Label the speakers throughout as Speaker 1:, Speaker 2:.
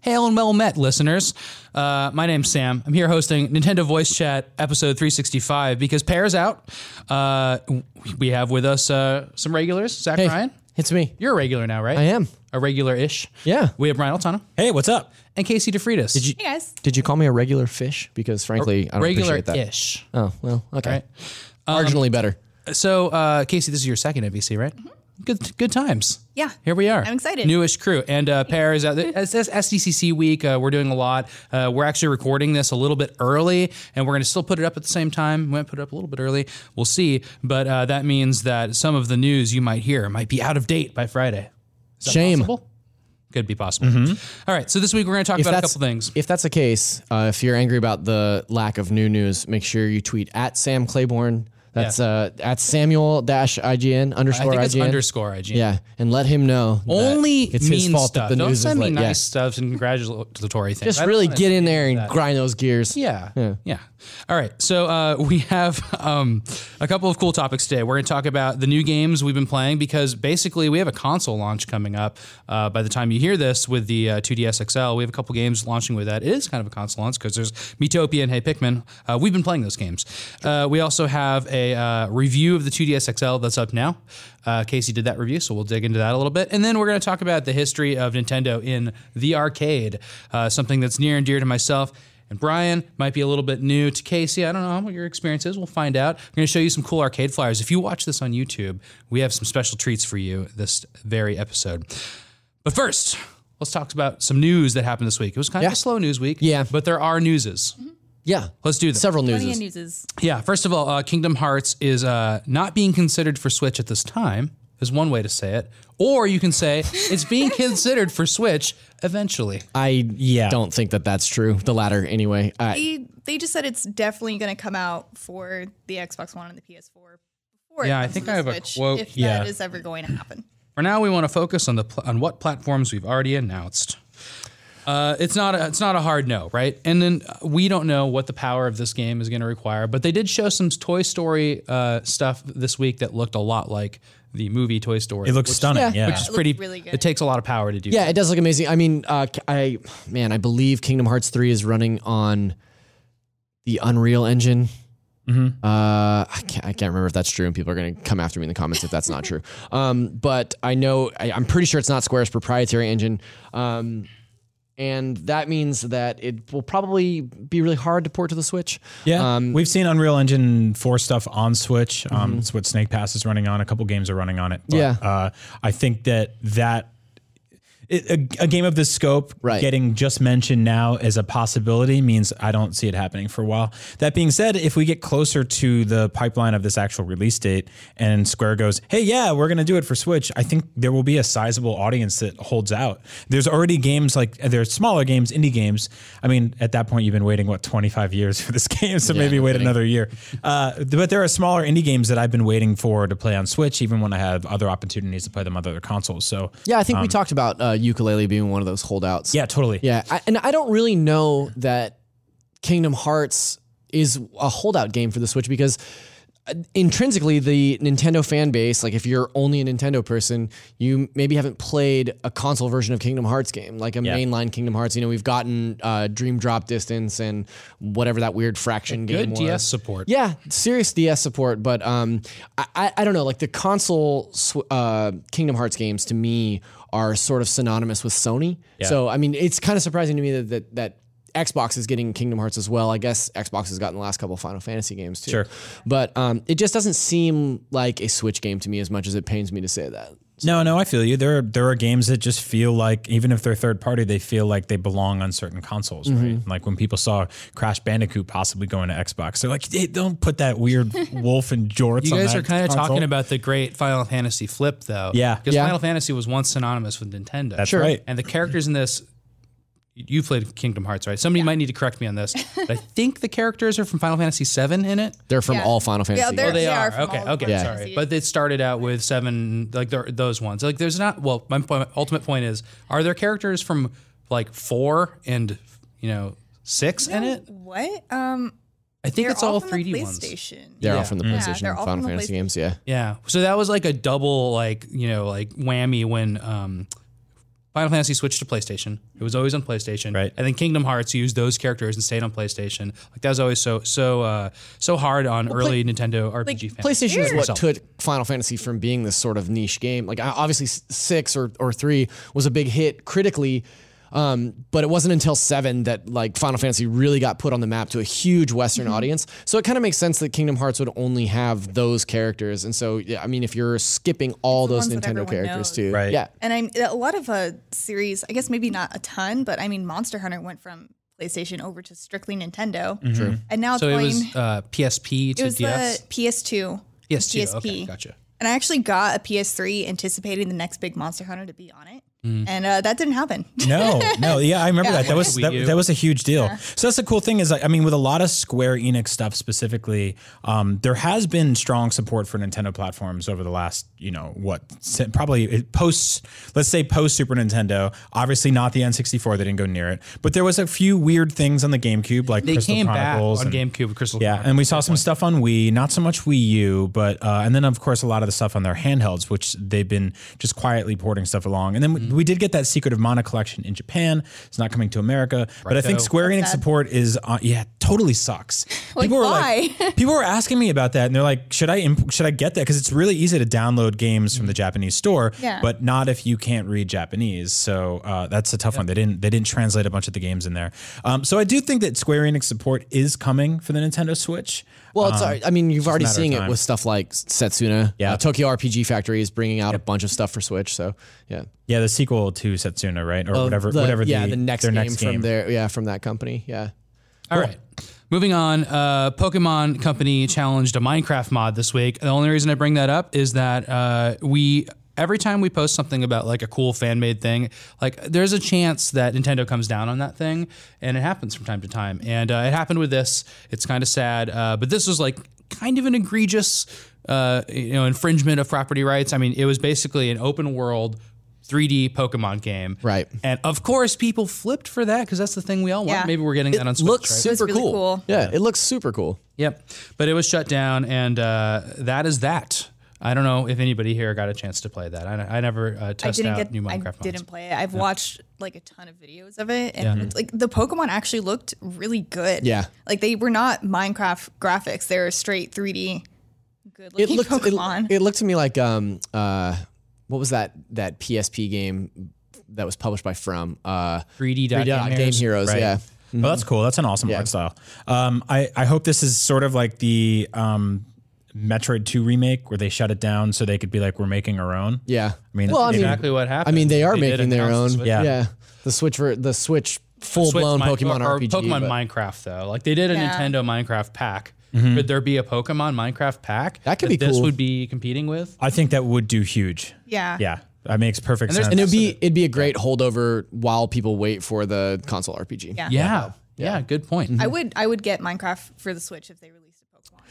Speaker 1: Hail and well met, listeners. Uh, my name's Sam. I'm here hosting Nintendo Voice Chat episode 365 because Pear's out. Uh, we have with us uh, some regulars. Zach
Speaker 2: Hey,
Speaker 1: Ryan.
Speaker 2: it's me.
Speaker 1: You're a regular now, right?
Speaker 2: I am.
Speaker 1: A regular ish.
Speaker 2: Yeah.
Speaker 1: We have Ryan Altano
Speaker 2: Hey, what's up?
Speaker 1: and Casey DeFritas. Did you?
Speaker 3: Hey guys.
Speaker 2: Did you call me a regular fish? Because frankly, I don't
Speaker 1: Regular
Speaker 2: appreciate that.
Speaker 1: ish.
Speaker 2: Oh well, okay.
Speaker 1: Right.
Speaker 2: Marginally better.
Speaker 1: So, uh, Casey, this is your second NBC, right?
Speaker 2: Mm-hmm.
Speaker 1: Good, good times.
Speaker 3: Yeah.
Speaker 1: Here we are.
Speaker 3: I'm excited.
Speaker 1: Newish crew. And uh, Pear is out. It's, it's SDCC week. Uh, we're doing a lot. Uh, we're actually recording this a little bit early, and we're going to still put it up at the same time. We might put it up a little bit early. We'll see. But uh, that means that some of the news you might hear might be out of date by Friday. Is that
Speaker 2: Shame. Mm-hmm.
Speaker 1: possible? Could be possible. All right. So this week we're going to talk about a couple things.
Speaker 2: If that's the case, uh, if you're angry about the lack of new news, make sure you tweet at Sam Claiborne. That's
Speaker 1: Yeah.
Speaker 2: uh, at Samuel dash IGN
Speaker 1: I
Speaker 2: underscore
Speaker 1: think it's
Speaker 2: IGN.
Speaker 1: underscore IG.
Speaker 2: yeah, and let him know. that
Speaker 1: Only
Speaker 2: it's
Speaker 1: mean
Speaker 2: his fault
Speaker 1: stuff.
Speaker 2: that the
Speaker 1: Don't
Speaker 2: news
Speaker 1: send
Speaker 2: is
Speaker 1: me
Speaker 2: like, yeah.
Speaker 1: nice stuff and congratulatory things.
Speaker 2: Just
Speaker 1: I don't
Speaker 2: really
Speaker 1: wanna
Speaker 2: get
Speaker 1: see
Speaker 2: in there and
Speaker 1: that.
Speaker 2: grind those gears.
Speaker 1: Yeah. Yeah. All right. So uh, we have um, a couple of cool topics today. We're going to talk about the new games we've been playing because basically we have a console launch coming up. Uh, by the time you hear this with the uh, 2DS XL, we have a couple games launching with that. It is kind of a console launch because there's Metopia and Hey Pikmin. Uh, we've been playing those games. Uh, we also have a uh, review of the 2DS XL that's up now. Uh, Casey did that review, so we'll dig into that a little bit. And then we're going to talk about the history of Nintendo in the arcade, uh, something that's near and dear to myself. And Brian might be a little bit new to Casey. I don't know what your experience is. We'll find out. I'm going to show you some cool arcade flyers. If you watch this on YouTube, we have some special treats for you this very episode. But first, let's talk about some news that happened this week. It was kind
Speaker 2: Yeah.
Speaker 1: of a slow news week.
Speaker 2: Yeah. Mm-hmm.
Speaker 1: But there are newses.
Speaker 2: yeah.
Speaker 1: Let's do them.
Speaker 2: Several
Speaker 3: Funny
Speaker 2: news.
Speaker 3: and newses.
Speaker 1: Yeah, first of all, uh, Kingdom Hearts is uh, not being considered for Switch at this time, is one way to say it. Or you can say it's being considered for Switch eventually.
Speaker 2: I
Speaker 4: Yeah.
Speaker 2: don't think that that's true. The latter, anyway. Uh, I,
Speaker 3: They they just said it's definitely going to come out for the Xbox One and the PS4. Before it
Speaker 1: Yeah, I
Speaker 3: comes
Speaker 1: think
Speaker 3: to
Speaker 1: I
Speaker 3: the
Speaker 1: have a
Speaker 3: Switch,
Speaker 1: quote
Speaker 3: If
Speaker 4: Yeah.
Speaker 3: that is ever going to happen.
Speaker 1: For now, we want to focus on the pl- on what platforms we've already announced. Uh, it's not a, it's not a hard no, right? And then uh, we don't know what the power of this game is going to require, but they did show some Toy Story uh, stuff this week that looked a lot like the movie Toy Story.
Speaker 4: It looks stunning. Yeah.
Speaker 1: which is
Speaker 3: It looked
Speaker 1: pretty.
Speaker 3: really good.
Speaker 1: It takes a lot of power to do.
Speaker 2: Yeah, it does look amazing. I mean, uh, I man, I believe Kingdom Hearts three is running on the Unreal Engine. Uh, I can't, I can't remember if that's true, and people are going to come after me in the comments if that's not true. Um, but I know I, I'm pretty sure it's not Square's proprietary engine. Um, and that means that it will probably be really hard to port to the Switch.
Speaker 4: Yeah,
Speaker 2: Um, Mm-hmm.
Speaker 4: we've seen Unreal Engine four stuff on Switch. Um, It's what Snake Pass is running on. A couple games are running on it. But,
Speaker 2: Yeah.
Speaker 4: uh, I think that that it, a, a game of this scope
Speaker 2: Right.
Speaker 4: getting just mentioned now as a possibility means I don't see it happening for a while. That being said, if we get closer to the pipeline of this actual release date and Square goes, "Hey, yeah, we're going to do it for Switch," I think there will be a sizable audience that holds out. There's already games like there's smaller games, indie games. I mean, at that point, you've been waiting what 25 years for this game, so maybe
Speaker 2: no
Speaker 4: wait
Speaker 2: kidding.
Speaker 4: another year. Uh, th- but there are smaller indie games that I've been waiting for to play on Switch, even when I have other opportunities to play them on other consoles. So
Speaker 2: Yeah, I think we talked about uh, ukulele being one of those holdouts.
Speaker 4: yeah, totally.
Speaker 2: Yeah, I, and I don't really know that Kingdom Hearts is a holdout game for the Switch because uh, intrinsically the Nintendo fan base, like if you're only a Nintendo person, you maybe haven't played a console version of Kingdom Hearts game, like a mainline Kingdom Hearts. You know, we've gotten uh, Dream Drop Distance and whatever that weird fraction game
Speaker 1: Good
Speaker 2: was.
Speaker 1: DS support.
Speaker 2: Yeah, serious DS support, but um, I, I, I don't know. Like the console sw- uh, Kingdom Hearts games to me are sort of synonymous with Sony. So I mean, it's kind of surprising to me that that. that Xbox is getting Kingdom Hearts as well. I guess Xbox has gotten the last couple of Final Fantasy games too.
Speaker 4: Sure.
Speaker 2: But um, it just doesn't seem like a Switch game to me as much as it pains me to say that.
Speaker 4: No, no, I feel you. There, are, there are games that just feel like, even if they're third party, they feel like they belong on certain consoles, right?
Speaker 1: Mm-hmm.
Speaker 4: Like when people saw Crash Bandicoot possibly going to Xbox, they're like, hey, don't put that weird wolf and jorts.
Speaker 1: You
Speaker 4: on
Speaker 1: guys
Speaker 4: that
Speaker 1: are kind of
Speaker 4: console."
Speaker 1: talking about the great Final Fantasy flip, though.
Speaker 4: Yeah.
Speaker 1: Because
Speaker 2: Yeah.
Speaker 1: Final Fantasy was once synonymous with Nintendo.
Speaker 4: That's Sure. right.
Speaker 1: And the characters in this, you played Kingdom Hearts, right? Somebody might need to correct me on this. But I think the characters are from Final Fantasy VII in it.
Speaker 2: They're from
Speaker 3: Yeah.
Speaker 2: all Final Fantasy.
Speaker 3: Yeah, they're-
Speaker 2: games.
Speaker 1: They,
Speaker 3: They
Speaker 1: are.
Speaker 3: are from
Speaker 1: okay.
Speaker 3: all the
Speaker 1: Okay.
Speaker 3: Final
Speaker 1: Sorry.
Speaker 3: Fantasy.
Speaker 1: But it started out with seven, like there- those ones. Like there's not, well, my point, ultimate point is are there characters from like four and, you know, six in it?
Speaker 3: What? Um,
Speaker 1: I think
Speaker 3: they're
Speaker 1: it's all
Speaker 3: from the
Speaker 1: 3D ones.
Speaker 3: PlayStation.
Speaker 2: They're
Speaker 1: Yeah.
Speaker 2: all from the
Speaker 3: Yeah,
Speaker 2: PlayStation
Speaker 3: they're
Speaker 2: and
Speaker 3: all
Speaker 2: Final
Speaker 3: from the
Speaker 2: Fantasy
Speaker 3: PlayStation.
Speaker 2: games. Yeah.
Speaker 1: Yeah. So that was like a double, like, you know, like whammy when um, Final Fantasy switched to PlayStation. It was always on PlayStation.
Speaker 4: Right.
Speaker 1: And then Kingdom Hearts used those characters and stayed on PlayStation. Like, that was always so, so, uh, so hard on early Nintendo RPG fans.
Speaker 2: PlayStation is what
Speaker 1: Yourself.
Speaker 2: took Final Fantasy from being this sort of niche game. Like I- obviously s- six or, or three was a big hit critically, um, but it wasn't until seven that like Final Fantasy really got put on the map to a huge Western
Speaker 3: Mm-hmm.
Speaker 2: audience. So it kind of makes sense that Kingdom Hearts would only have those characters. And so yeah, I mean, if you're skipping all those
Speaker 3: ones that
Speaker 2: Nintendo
Speaker 3: everyone
Speaker 2: characters
Speaker 3: knows.
Speaker 2: too,
Speaker 4: Right.
Speaker 2: Yeah,
Speaker 3: And I'm a lot of uh, series. I guess maybe not a ton, but I mean, Monster Hunter went from PlayStation over to strictly Nintendo. True. And now it's
Speaker 1: Mm-hmm. So it
Speaker 3: going.
Speaker 1: was uh, PSP to
Speaker 3: it was
Speaker 1: DS.
Speaker 3: the PS2.
Speaker 1: PS2.
Speaker 3: PSP.
Speaker 1: Okay. Gotcha.
Speaker 3: And I actually got a PS3 anticipating the next big Monster Hunter to be on it,
Speaker 1: Mm.
Speaker 3: and uh, that didn't happen.
Speaker 4: No, no, yeah, I remember that. That was
Speaker 1: Wii
Speaker 4: that,
Speaker 1: U.
Speaker 4: that was a huge deal. So that's the cool thing is, like, I mean, with a lot of Square Enix stuff specifically, um, there has been strong support for Nintendo platforms over the last, you know, what si- probably it post, let's say post Super Nintendo. Obviously, not the N64; they didn't go near it. But there was a few weird things on the GameCube, like
Speaker 1: They
Speaker 4: Crystal
Speaker 1: came back
Speaker 4: Chronicles
Speaker 1: on
Speaker 4: and-
Speaker 1: GameCube with Crystal
Speaker 4: yeah, and we saw some stuff on Wii, not so much Wii U, but uh, and then of course a lot of the stuff on their handhelds, which they've been just quietly porting stuff along. And then we, we did get that Secret of Mana collection in Japan. It's not coming to America, but I think Square Enix support is uh, yeah, totally sucks.
Speaker 3: Like,
Speaker 4: like, people were asking me about that, and they're like, should I imp- should I get that? Because it's really easy to download games from the Japanese store,
Speaker 3: Yeah.
Speaker 4: but not if you can't read Japanese. So uh, that's a tough one. They didn't they didn't translate a bunch of the games in there. Um, so I do think that Square Enix support is coming for the Nintendo Switch.
Speaker 2: Well, it's, I mean, you've already
Speaker 4: Um, matter of
Speaker 2: seen it
Speaker 4: time.
Speaker 2: with stuff like Setsuna.
Speaker 4: Yeah.
Speaker 2: Uh, Tokyo RPG Factory is bringing out a bunch of stuff for Switch. So yeah,
Speaker 4: Yeah, the sequel to Setsuna, right, or whatever
Speaker 2: Oh, The-
Speaker 4: whatever.
Speaker 2: yeah,
Speaker 4: the,
Speaker 2: the next
Speaker 4: their
Speaker 2: game
Speaker 4: next
Speaker 2: from
Speaker 4: game.
Speaker 2: there. Yeah, from that company. Yeah.
Speaker 1: All right. Moving on, uh, Pokemon Company challenged a Minecraft mod this week. The only reason I bring that up is that uh, we every time we post something about like a cool fan made thing, like there's a chance that Nintendo comes down on that thing, and it happens from time to time. And uh, it happened with this. It's kind of sad, uh, but this was like kind of an egregious, uh, you know, infringement of property rights. I mean, it was basically an open world. 3D Pokemon game,
Speaker 2: Right.
Speaker 1: And of course, people flipped for that because that's the thing we all want.
Speaker 3: Yeah.
Speaker 1: Maybe we're getting that on Switch.
Speaker 2: looks
Speaker 1: right?
Speaker 2: super
Speaker 3: really
Speaker 2: cool.
Speaker 3: cool.
Speaker 2: Yeah, it looks super cool.
Speaker 1: Yep. But it was shut down, and uh, that is that. I don't know if anybody here got a chance to play that. I, I never uh,
Speaker 3: I
Speaker 1: test
Speaker 3: didn't
Speaker 1: out
Speaker 3: get.
Speaker 1: new
Speaker 3: I
Speaker 1: Minecraft mods.
Speaker 3: didn't play it. I've watched like a ton of videos of it, and it's, like the Pokemon actually looked really good.
Speaker 2: Yeah.
Speaker 3: like they were not Minecraft graphics; they were straight 3D. Good
Speaker 2: It
Speaker 3: looking
Speaker 2: looked
Speaker 3: Pokemon.
Speaker 2: It, it looked to me like um uh what was that that PSP game that was published by From uh
Speaker 1: 3D dot
Speaker 2: Game, Heroes.
Speaker 4: Right.
Speaker 2: Yeah.
Speaker 4: Well, Oh, that's cool. That's an awesome art style. Um, I, I hope this is sort of like the um, Metroid 2 remake where they shut it down so they could be like, we're making our own.
Speaker 2: Yeah.
Speaker 4: I mean,
Speaker 2: well, I mean,
Speaker 1: Exactly what happened.
Speaker 2: I mean, they are
Speaker 1: did
Speaker 2: making their
Speaker 1: announce
Speaker 2: own.
Speaker 1: the Switch-
Speaker 2: yeah.
Speaker 4: Yeah.
Speaker 2: The Switch for the Switch full
Speaker 1: Switch
Speaker 2: blown
Speaker 1: Min-
Speaker 2: Pokemon
Speaker 1: or
Speaker 2: RPG.
Speaker 1: Pokemon
Speaker 2: but
Speaker 1: Minecraft though. Like they did a
Speaker 3: Yeah.
Speaker 1: Nintendo Minecraft pack. Could there be a Pokemon Minecraft pack?
Speaker 2: Mm-hmm. That could be
Speaker 1: This
Speaker 2: cool.
Speaker 1: would be competing with.
Speaker 4: I think that would do huge.
Speaker 3: yeah.
Speaker 4: Yeah. That makes perfect sense.
Speaker 2: and it'd be it'd be a great holdover while people wait for the console RPG.
Speaker 3: Yeah.
Speaker 1: Yeah. Yeah. Good point.
Speaker 2: Mm-hmm.
Speaker 3: I would. I would get Minecraft for the Switch if they released a Pokemon. Like,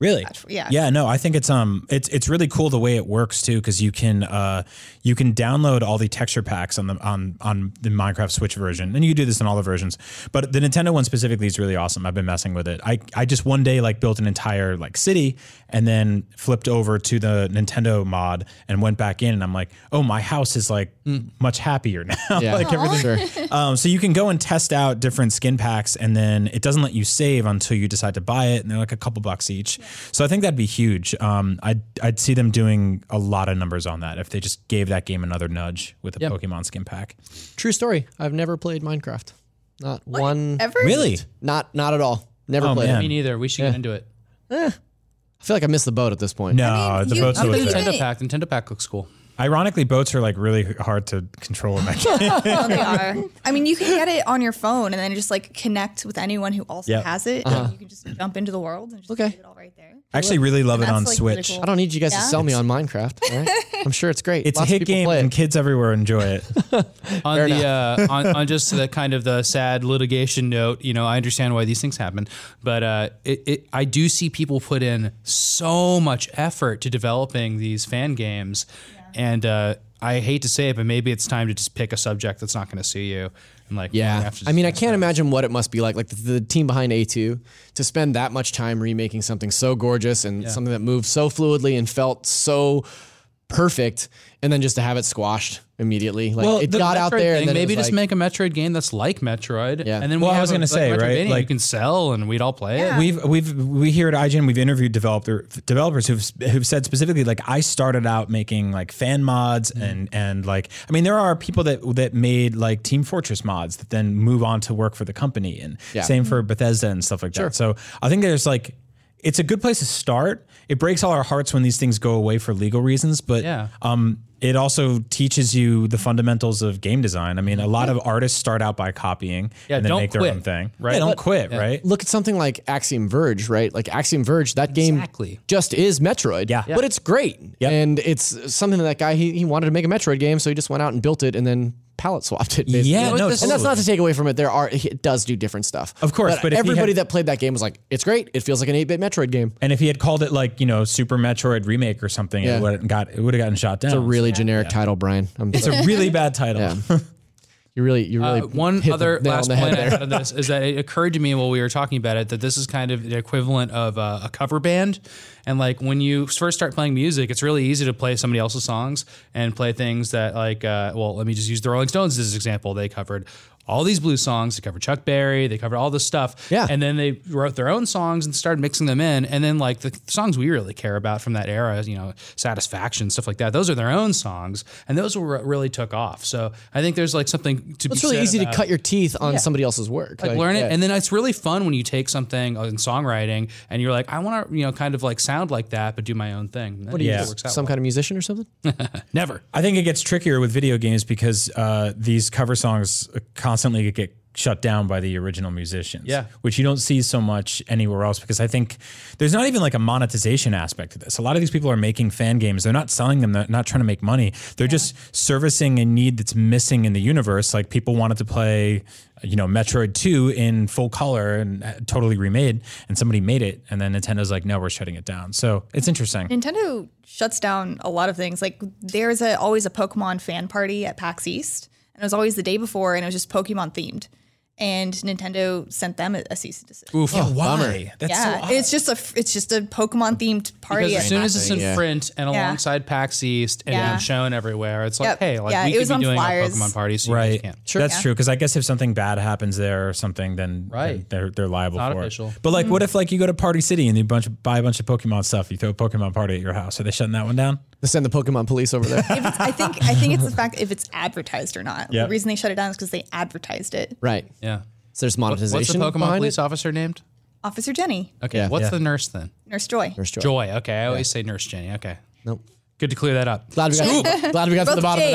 Speaker 4: Really?
Speaker 3: Patch- yeah.
Speaker 4: Yeah, no, I think it's um it's it's really cool the way it works too cuz you can uh you can download all the texture packs on the on on the Minecraft Switch version. And you can do this in all the versions. But the Nintendo one specifically is really awesome. I've been messing with it. I I just one day like built an entire like city and then flipped over to the Nintendo mod and went back in and I'm like, "Oh, my house is like much happier now."
Speaker 2: Yeah.
Speaker 4: like everything
Speaker 2: Sure.
Speaker 4: um, so you can go and test out different skin packs, and then it doesn't let you save until you decide to buy it, and they're like a couple bucks each. So I think that'd be huge. Um, I'd I'd see them doing a lot of numbers on that if they just gave that game another nudge with a Pokemon skin pack.
Speaker 2: True story. I've never played Minecraft. Not one.
Speaker 3: Ever?
Speaker 4: Really?
Speaker 2: Not not at all. Never
Speaker 4: Oh,
Speaker 2: played.
Speaker 4: man.
Speaker 2: it.
Speaker 1: Me neither. We should get into it.
Speaker 2: I feel like I missed the boat at this point.
Speaker 4: No,
Speaker 3: I mean,
Speaker 4: the
Speaker 3: you-
Speaker 4: boats
Speaker 3: I
Speaker 4: are
Speaker 3: mean,
Speaker 4: worth
Speaker 3: you-
Speaker 4: it.
Speaker 1: Nintendo
Speaker 3: Hey.
Speaker 1: Pack. Nintendo Pack looks cool.
Speaker 4: Ironically, boats are like really hard to control in that game.
Speaker 3: Oh, they are. I mean, you can get it on your phone and then just like connect with anyone who also
Speaker 4: Yep.
Speaker 3: has it. And you can just jump into the world and just
Speaker 2: Okay.
Speaker 3: do it all right there.
Speaker 4: I actually really love it
Speaker 3: That's,
Speaker 4: on
Speaker 3: like, really
Speaker 4: Switch.
Speaker 3: cool.
Speaker 2: I don't need you guys to
Speaker 3: Yeah.
Speaker 2: sell me on Minecraft. all right? I'm sure it's great.
Speaker 4: It's
Speaker 2: Lots
Speaker 4: a
Speaker 2: of
Speaker 4: hit
Speaker 2: people
Speaker 4: game,
Speaker 2: play
Speaker 4: and
Speaker 2: it.
Speaker 4: kids everywhere enjoy it.
Speaker 1: on the uh, on, on just the kind of the sad litigation note, you know, I understand why these things happen, but uh, it, it I do see people put in so much effort to developing these fan games, and uh, I hate to say it, but maybe it's time to just pick a subject that's not going to sue you, and like we
Speaker 2: Yeah.
Speaker 1: have to
Speaker 2: I mean, I
Speaker 1: discuss
Speaker 2: can't
Speaker 1: that.
Speaker 2: imagine what it must be like. Like the, the team behind A2 to spend that much time remaking something so gorgeous and something that moved so fluidly and felt so perfect, and then just to have it squashed immediately. Like it
Speaker 1: the
Speaker 2: got out
Speaker 1: Metroid
Speaker 2: there.
Speaker 1: thing,
Speaker 2: and then it
Speaker 1: maybe
Speaker 2: was
Speaker 1: just
Speaker 2: like-
Speaker 1: make a Metroid game that's like Metroid,
Speaker 2: Yeah.
Speaker 1: and then
Speaker 4: Well,
Speaker 1: we
Speaker 4: I
Speaker 1: have
Speaker 4: was
Speaker 1: a-
Speaker 4: gonna say,
Speaker 1: like,
Speaker 4: right,
Speaker 1: Metroidvania you
Speaker 4: like-
Speaker 1: can sell and we'd all play it.
Speaker 4: We've we've we here at IGN we've interviewed developer developers who've who've said specifically like I started out making like fan mods
Speaker 1: Mm-hmm.
Speaker 4: and and like I mean there are people that that made like Team Fortress mods that then move on to work for the company and
Speaker 2: Yeah.
Speaker 4: same for
Speaker 1: Mm-hmm.
Speaker 4: Bethesda and stuff like that. So I think there's like it's a good place to start. It breaks all our hearts when these things go away for legal reasons, but
Speaker 1: Yeah.
Speaker 4: um, it also teaches you the fundamentals of game design. I mean, a lot of artists start out by copying
Speaker 1: Mm-hmm. Yeah,
Speaker 4: and then
Speaker 1: don't
Speaker 4: make their
Speaker 1: quit.
Speaker 4: own thing, right? don't quit, right?
Speaker 2: look at something like Axiom Verge, right? Like Axiom Verge, that game
Speaker 1: Exactly.
Speaker 2: just is Metroid.
Speaker 4: Yeah.
Speaker 2: But it's great.
Speaker 4: Yep.
Speaker 2: And it's something that, that guy, he, he wanted to make a Metroid game, so he just went out and built it and then palette swapped it. basically.
Speaker 4: Yeah,
Speaker 1: You know,
Speaker 4: no,
Speaker 1: this-
Speaker 2: And that's
Speaker 4: totally.
Speaker 2: not to take away from it. There are it does do different stuff,
Speaker 4: Of course,
Speaker 2: But,
Speaker 4: but if he
Speaker 2: everybody
Speaker 4: had-
Speaker 2: that played that game was like, "It's great. It feels like an eight-bit Metroid game."
Speaker 4: And if he had called it like you know Super Metroid remake or something,
Speaker 2: Yeah.
Speaker 4: it would got it would have gotten shot down. It's
Speaker 2: A really generic title, Brian. I'm
Speaker 4: it's a really bad title.
Speaker 2: you really, you really.
Speaker 1: Uh, one
Speaker 2: hit the
Speaker 1: other
Speaker 2: nail on
Speaker 1: last
Speaker 2: the
Speaker 1: point
Speaker 2: head
Speaker 1: I had on this is that it occurred to me while we were talking about it that this is kind of the equivalent of uh, a cover band, and like when you first start playing music, it's really easy to play somebody else's songs and play things that like uh, well, let me just use the Rolling Stones as an example. They covered all these blues songs. They covered Chuck Berry. They covered all this stuff.
Speaker 2: Yeah.
Speaker 1: and then they wrote their own songs and started mixing them in. And then like the songs we really care about from that era, you know, Satisfaction, stuff like that. Those are their own songs, and those were what really took off. So I think there's like something to
Speaker 2: It's
Speaker 1: be
Speaker 2: really
Speaker 1: said
Speaker 2: easy to
Speaker 1: about-
Speaker 2: cut your teeth on somebody else's work.
Speaker 1: like, learn it and then it's really fun when you take something uh, in songwriting and you're like i want to you know kind of like sound like that but do my own thing what
Speaker 2: do you
Speaker 4: Yeah.
Speaker 2: just some kind of musician or something?
Speaker 1: never
Speaker 4: I think it gets trickier with video games because uh, these cover songs constantly get shut down by the original musicians.
Speaker 1: Yeah.
Speaker 4: which you don't see so much anywhere else because I think there's not even like a monetization aspect to this. A lot of these people are making fan games. They're not selling them. They're not trying to make money. They're just servicing a need that's missing in the universe. Like people wanted to play, you know, Metroid 2 in full color and uh, totally remade and somebody made it and then Nintendo's like, "No, we're shutting it down." So, it's interesting.
Speaker 3: Nintendo shuts down a lot of things. Like there's a, always a Pokemon fan party at PAX East, and it was always the day before, and it was just Pokemon themed. And Nintendo sent them a, a cease and desist.
Speaker 4: Oof,
Speaker 1: Oh,
Speaker 4: why? That's
Speaker 3: yeah, it's just a f- it's just a Pokemon themed party.
Speaker 1: because
Speaker 3: at
Speaker 1: as soon as it's in
Speaker 2: Yeah.
Speaker 1: print and
Speaker 3: Yeah.
Speaker 1: alongside pax east and
Speaker 3: Yeah.
Speaker 1: then shown everywhere it's like
Speaker 3: Yep.
Speaker 1: hey like
Speaker 3: Yeah,
Speaker 1: we
Speaker 3: it
Speaker 1: could
Speaker 3: was
Speaker 1: be
Speaker 3: on
Speaker 1: doing
Speaker 3: flyers.
Speaker 1: a pokemon party so you
Speaker 4: Right.
Speaker 1: guys can't
Speaker 4: That's true. Because I guess if something bad happens there or something, then
Speaker 1: Right.
Speaker 4: then they're they're liable
Speaker 1: Not
Speaker 4: for
Speaker 1: official.
Speaker 4: it. But like, what if like you go to Party City and you bunch buy a bunch of Pokemon stuff? You throw a Pokemon party at your house. Are they shutting that one down?
Speaker 2: Send the Pokemon police over there.
Speaker 3: If it's, I think I think it's the fact if it's advertised or not.
Speaker 4: Yeah.
Speaker 3: The reason they shut it down is because they advertised it.
Speaker 2: right.
Speaker 1: yeah
Speaker 2: So there's
Speaker 1: what's the
Speaker 2: monetization.
Speaker 1: pokemon
Speaker 2: behind
Speaker 1: police
Speaker 2: it.
Speaker 1: officer named
Speaker 3: Officer Jenny,
Speaker 1: okay
Speaker 2: Yeah.
Speaker 1: what's
Speaker 4: Yeah.
Speaker 1: the nurse then
Speaker 3: Nurse Joy.
Speaker 2: Nurse Joy.
Speaker 1: joy okay i always say nurse jenny okay
Speaker 2: Nope.
Speaker 1: good to clear that up
Speaker 2: Glad we got. glad we got to the
Speaker 3: Both
Speaker 2: bottom of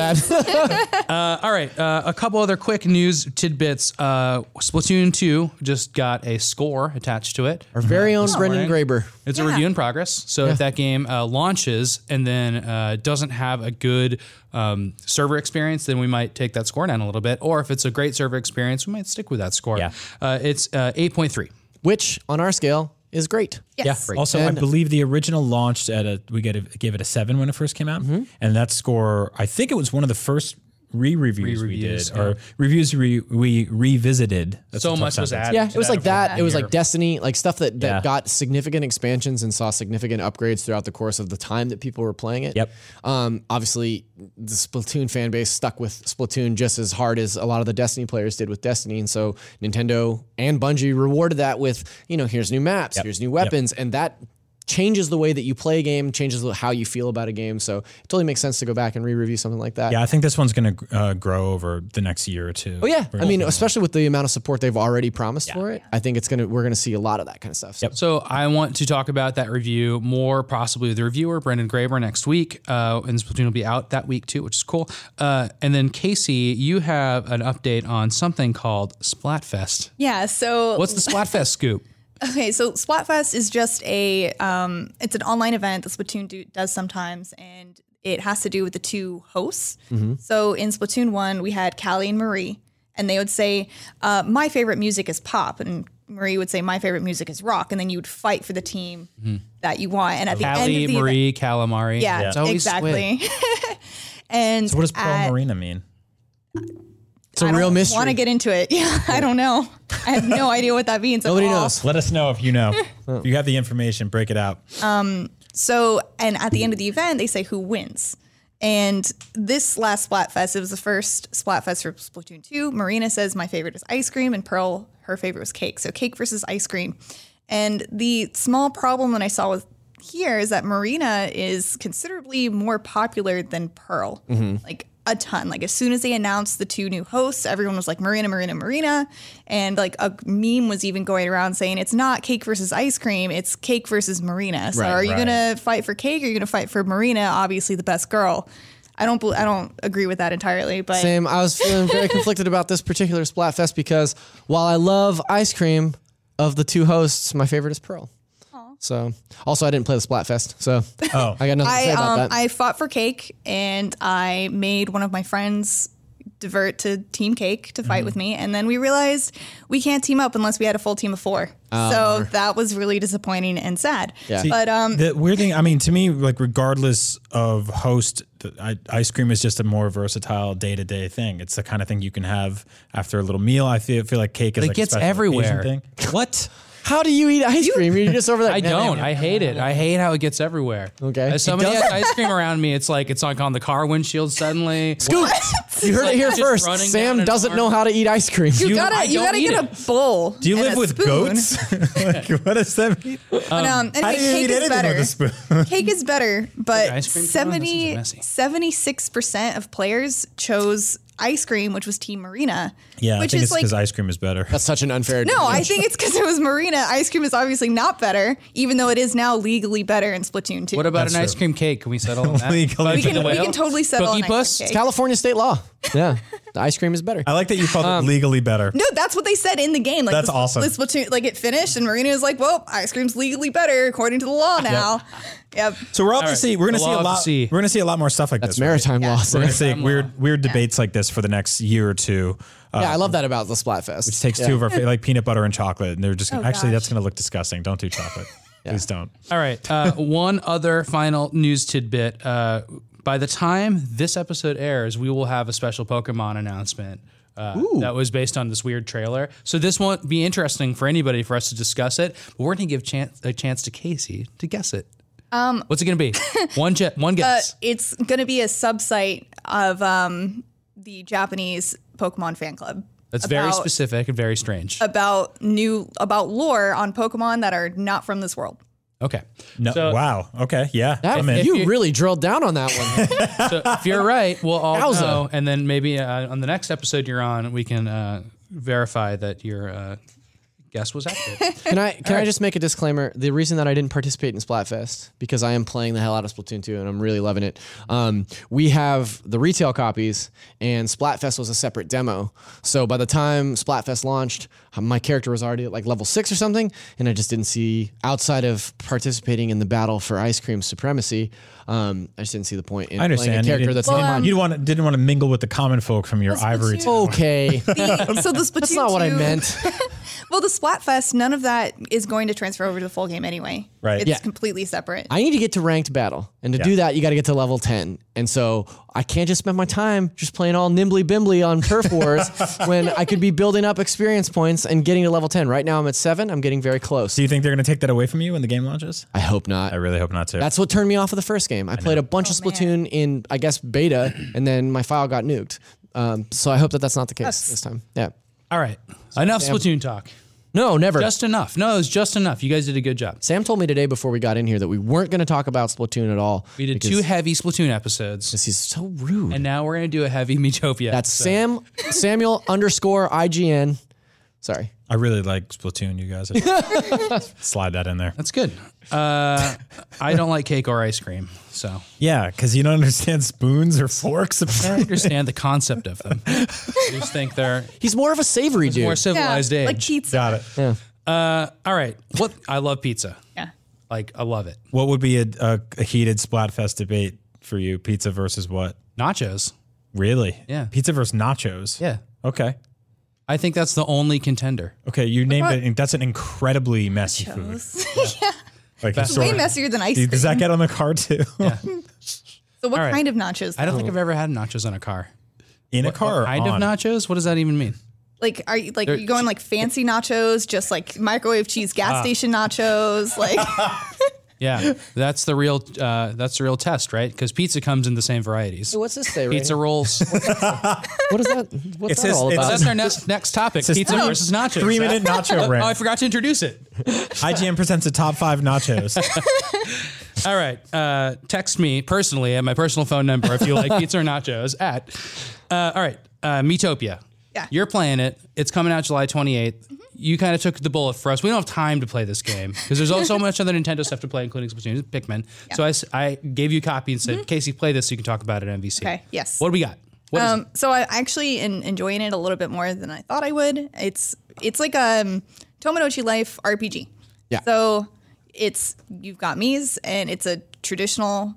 Speaker 2: that.
Speaker 1: All right, uh, a couple other quick news tidbits. Uh, Splatoon 2 just got a score attached to it.
Speaker 2: Our very own Brendan Graber.
Speaker 1: It's a review in progress. So if that game uh, launches and then uh, doesn't have a good um, server experience, then we might take that score down a little bit. Or if it's a great server experience, we might stick with that score.
Speaker 4: Yeah.
Speaker 1: Uh, it's uh, 8.3.
Speaker 2: which on our scale is great.
Speaker 3: Yes.
Speaker 4: Yeah. Also, I
Speaker 2: And-
Speaker 4: believe the original launched at a we gave it, gave it a seven when it first came out,
Speaker 1: Mm-hmm.
Speaker 4: and that score I think it was one of the first re-reviews,
Speaker 1: Re-reviews,
Speaker 4: we did or reviews we, we revisited. That's
Speaker 1: so
Speaker 4: a tough
Speaker 1: much was
Speaker 4: sentence.
Speaker 1: added.
Speaker 2: Yeah,
Speaker 1: to
Speaker 2: it was like
Speaker 1: over the
Speaker 2: that. It was
Speaker 1: year.
Speaker 2: like Destiny, like stuff that, that
Speaker 4: Yeah.
Speaker 2: got significant expansions and saw significant upgrades throughout the course of the time that people were playing it.
Speaker 4: Yep.
Speaker 2: Um, obviously, the Splatoon fan base stuck with Splatoon just as hard as a lot of the Destiny players did with Destiny. And so Nintendo and Bungie rewarded that with, you know, here's new maps, here's new weapons. And that changes the way that you play a game, changes how you feel about a game. So it totally makes sense to go back and re review something like that.
Speaker 4: Yeah, I think this one's going to uh, grow over the next year or two.
Speaker 2: Oh yeah, I mean, especially with the amount of support they've already promised for it, I think it's gonna we're gonna see a lot of that kind of stuff. So
Speaker 1: So I want to talk about that review more, possibly with the reviewer Brendan Graber next week, uh, and Splatoon will be out that week too, which is cool. Uh, and then Casey, you have an update on something called Splatfest.
Speaker 3: Yeah. So
Speaker 1: What's the Splatfest scoop?
Speaker 3: Okay, so Splatfest is just a um, it's an online event that Splatoon do, does sometimes, and it has to do with the two hosts. So in Splatoon one, we had Callie and Marie, and they would say, uh, "My favorite music is pop," and Marie would say, "My favorite music is rock," and then you would fight for the team that you want. And at the end
Speaker 1: Callie,
Speaker 3: of the event,
Speaker 1: Marie, Calamari.
Speaker 3: yeah,
Speaker 1: It's always
Speaker 3: exactly. and
Speaker 4: So what does Pro
Speaker 3: at-
Speaker 4: Marina mean?
Speaker 2: it's a real mystery.
Speaker 3: Want to get into it? Yeah, I don't know. I have no idea what that means. at
Speaker 2: Nobody
Speaker 3: all.
Speaker 2: knows.
Speaker 4: Let us know if you know. if you have the information, break it out.
Speaker 3: So, and at the end of the event, they say who wins. And this last Splatfest, it was the first Splatfest for Splatoon 2. Marina says, My favorite is ice cream, and Pearl, her favorite was cake. So, cake versus ice cream. And the small problem that I saw with here is that Marina is considerably more popular than Pearl. Like, a ton. Like, as soon as they announced the two new hosts, everyone was like, Marina, Marina, Marina. And like a meme was even going around saying, It's not cake versus ice cream, it's cake versus Marina. So,
Speaker 2: Right,
Speaker 3: are you
Speaker 4: right.
Speaker 3: going to gonna fight for Cake or you're gonna fight for Marina, obviously the best girl. I don't bel I don't agree with that entirely, but
Speaker 2: Same. I was feeling very conflicted about this particular Splatfest because while I love ice cream, of the two hosts, my favorite is Pearl. So, also I didn't play the Splatfest, so
Speaker 4: Oh.
Speaker 2: I got nothing to
Speaker 3: I
Speaker 2: say about
Speaker 3: um,
Speaker 2: that.
Speaker 3: I fought for Cake and I made one of my friends divert to Team Cake to
Speaker 2: Mm-hmm.
Speaker 3: fight with me, and then we realized we can't team up unless we had a full team of four. so that was really disappointing and sad.
Speaker 2: Ah, Yeah.
Speaker 3: But um,
Speaker 4: the weird thing, I mean, to me, like regardless of host, the- I, ice cream is just a more versatile day to day thing. It's the kind of thing you can have after a little meal. I feel feel like cake is
Speaker 1: It
Speaker 4: like
Speaker 1: gets
Speaker 4: a special occasion
Speaker 1: everywhere.
Speaker 4: Thing.
Speaker 1: What?
Speaker 2: How do you eat ice cream? You're just over there.
Speaker 1: I
Speaker 2: "Nah, nah,
Speaker 1: don't.
Speaker 2: nah."
Speaker 1: I hate it. I hate how it gets everywhere.
Speaker 2: Okay.
Speaker 1: If somebody has ice cream around me, it's like it's like on the car windshield suddenly.
Speaker 2: Scoot. You heard it here
Speaker 1: Just
Speaker 2: first.
Speaker 1: running down
Speaker 2: Sam
Speaker 1: an
Speaker 2: doesn't
Speaker 1: arm.
Speaker 2: know how to eat ice cream.
Speaker 3: you,
Speaker 1: I
Speaker 3: gotta you
Speaker 1: don't
Speaker 3: gotta
Speaker 1: eat
Speaker 3: get a bowl.
Speaker 4: Do you
Speaker 3: and
Speaker 4: live
Speaker 3: a
Speaker 4: with
Speaker 3: spoon.
Speaker 4: goats? like, what does that mean?
Speaker 3: But, um,
Speaker 4: How
Speaker 3: anyway,
Speaker 4: do you
Speaker 3: cake
Speaker 4: eat
Speaker 3: is
Speaker 4: anything
Speaker 3: better.
Speaker 4: with a spoon?
Speaker 3: Cake is better, but
Speaker 1: ice cream cone? That seems
Speaker 3: 70,
Speaker 1: messy.
Speaker 3: 76% of players chose ice cream, which was Team Marina.
Speaker 4: yeah, I
Speaker 3: which is
Speaker 4: think it's
Speaker 3: like,
Speaker 4: because ice cream is better.
Speaker 2: That's such an unfair.
Speaker 3: no, I think it's because it was Marina. Ice cream is obviously not better, even though it is now legally better in Splatoon 2.
Speaker 1: What about
Speaker 4: That's
Speaker 1: an ice
Speaker 4: true. Oh
Speaker 1: cream cake? Can we settle on that?
Speaker 4: We can-
Speaker 1: Like
Speaker 4: we
Speaker 1: the
Speaker 3: can- we
Speaker 1: whale?
Speaker 3: can totally settle
Speaker 1: Cookie
Speaker 3: on ice cream
Speaker 1: bus?
Speaker 3: cake.
Speaker 2: it's California state law. Yeah, the ice cream is better.
Speaker 4: I like that you called
Speaker 1: Um,
Speaker 4: it legally better.
Speaker 3: no, that's what they said in the game. Like
Speaker 4: That's
Speaker 3: the,
Speaker 4: awesome.
Speaker 3: The Splatoon, like it finished, and Marina was like, "Well, ice cream's legally better according to the law now." Yep.
Speaker 4: So we're obviously we're gonna
Speaker 1: The
Speaker 4: see
Speaker 1: law
Speaker 4: a
Speaker 1: of the
Speaker 4: lot.
Speaker 1: sea.
Speaker 4: We're gonna see a lot more stuff like
Speaker 2: It's
Speaker 4: this. right?
Speaker 2: maritime law. Sam.
Speaker 4: We're gonna see weird weird debates like this for the next year or two. Uh,
Speaker 2: Yeah, I love that about the Splatfest.
Speaker 4: It takes two of our fa- like peanut butter and chocolate, and they're just gonna, actually that's going to look disgusting. Don't do chocolate. Please don't.
Speaker 1: All right. Uh, one other final news tidbit. Uh, by the time this episode airs, we will have a special Pokemon announcement. Uh, that was based on this weird trailer. So this won't be interesting for anybody for us to discuss it. But we're going to give chance, a chance to Casey to guess it. Um, What's it going to be? one jet, one guess.
Speaker 3: It's gonna be a subsite of um, the Japanese Pokemon fan club.
Speaker 1: That's very
Speaker 3: about-
Speaker 1: specific and very strange.
Speaker 3: about new about lore on Pokemon that are not from this world.
Speaker 1: okay.
Speaker 4: No. wow. Okay. Yeah. I'm in.
Speaker 2: That, you really drilled down on that one.
Speaker 1: So if you're right, we'll all
Speaker 2: Yowza.
Speaker 1: know, and then maybe uh, on the next episode you're on, we can uh, verify that your uh, guess was accurate.
Speaker 2: Can I can I just make a disclaimer? The reason that I didn't participate in Splatfest because I am playing the hell out of Splatoon 2 and I'm really loving it. Um, we have the retail copies and Splatfest was a separate demo. So by the time Splatfest launched, my character was already at like level 6 or something and I just didn't see outside of participating in the battle for ice cream supremacy, um, I just didn't see the point in
Speaker 4: I
Speaker 2: playing a
Speaker 4: understand. You
Speaker 2: character
Speaker 4: didn't-
Speaker 2: that's
Speaker 4: you
Speaker 2: not
Speaker 4: didn't-
Speaker 3: um,
Speaker 2: mine.
Speaker 4: you want to, didn't want to mingle with the common folk from your ivory. tower.
Speaker 2: Okay.
Speaker 3: The- so the Splatoon
Speaker 2: That's not what I
Speaker 3: 2
Speaker 2: meant.
Speaker 3: Well, the Splatfest, none of that is going to transfer over to the full game anyway.
Speaker 4: Right.
Speaker 3: It's
Speaker 4: Yeah.
Speaker 3: completely separate.
Speaker 2: I need to get to ranked battle. And to do that, you got to get to level 10. And so I can't just spend my time just playing all nimbly bimbly on Turf Wars when I could be building up experience points and getting to level 10. Right now I'm at seven. I'm getting very close.
Speaker 4: Do you think they're going to take that away from you when the game launches?
Speaker 2: I hope not.
Speaker 4: I really hope not to.
Speaker 2: That's what turned me off of the first game. I, played a bunch of Splatoon in, I guess, beta, and then my file got nuked. Um, so I hope that that's not the case this time. Yeah.
Speaker 1: All right, enough Splatoon talk.
Speaker 2: No, never.
Speaker 1: Just enough. No, it was just enough. You guys did a good job.
Speaker 2: Sam told me today before we got in here that we weren't going to talk about Splatoon at all.
Speaker 1: We did
Speaker 2: because
Speaker 1: two heavy Splatoon episodes,
Speaker 2: He's so rude.
Speaker 1: and now we're gonna do a heavy Metopia.
Speaker 2: That's
Speaker 1: episode.
Speaker 2: Sam Samuel underscore IGN. Sorry.
Speaker 4: I really like Splatoon, you guys. Slide that in there.
Speaker 1: That's good. Uh, I don't like cake or ice cream, so
Speaker 4: Yeah, because you don't understand spoons or forks.
Speaker 1: I
Speaker 4: apparently.
Speaker 1: understand the concept of them. I just think they're
Speaker 2: He's more of a savory dude.
Speaker 1: more civilized
Speaker 3: yeah,
Speaker 1: age.
Speaker 3: like pizza.
Speaker 4: Got it.
Speaker 1: uh, all right, what I love pizza.
Speaker 3: Yeah.
Speaker 1: Like I love it.
Speaker 4: What would be a, a, a heated Splatfest debate for you? Pizza versus what?
Speaker 1: Nachos.
Speaker 4: Really?
Speaker 1: Yeah.
Speaker 4: Pizza versus nachos.
Speaker 1: Yeah,
Speaker 4: Okay.
Speaker 1: I think that's the only contender.
Speaker 4: Okay. You named it. That's an incredibly messy food. Like
Speaker 1: Best
Speaker 3: Way
Speaker 4: historic-
Speaker 3: messier than ice cream.
Speaker 4: Dude, Does that get on the card too?
Speaker 3: so what
Speaker 1: All right.
Speaker 3: kind of nachos?
Speaker 1: I don't think I've ever had nachos on a car.
Speaker 4: In a car or
Speaker 1: Kind
Speaker 4: on?
Speaker 1: of nachos. What does that even mean?
Speaker 3: like are you like you going like fancy nachos, just like microwave cheese gas station nachos? Like
Speaker 1: Yeah, that's the real. Uh, that's the real test, right? Because pizza comes in the same varieties.
Speaker 2: What's this say?
Speaker 1: Pizza rolls.
Speaker 2: What is that? What's
Speaker 4: It
Speaker 2: that
Speaker 4: says-
Speaker 2: all
Speaker 4: it
Speaker 2: about?
Speaker 1: that's our next next topic: pizza versus nachos.
Speaker 4: Three minute nacho
Speaker 1: Oh, I
Speaker 4: rant.
Speaker 1: forgot to introduce it.
Speaker 4: IGN presents a top five nachos.
Speaker 1: All right. Uh, text me personally at my personal phone number if you like pizza or nachos at. Uh, all right. Uh, Metopia.
Speaker 3: Yeah. Mm-hmm.
Speaker 1: You're playing it. It's coming out July 28th. You kind of took the bullet for us. We don't have time to play this game because there's also so much other Nintendo stuff to play, including Splatoon and Pikmin. So I s- I, gave you a copy and said, Casey, play this so you can talk about it at MVC.
Speaker 3: Mm-hmm. Okay, yes.
Speaker 1: What do we got? What is
Speaker 3: um, so I actually am enjoying it a little bit more than I thought I would. It's it's like um Tomodachi Life RPG.
Speaker 2: Yeah.
Speaker 3: So it's you've got Mii's and it's a traditional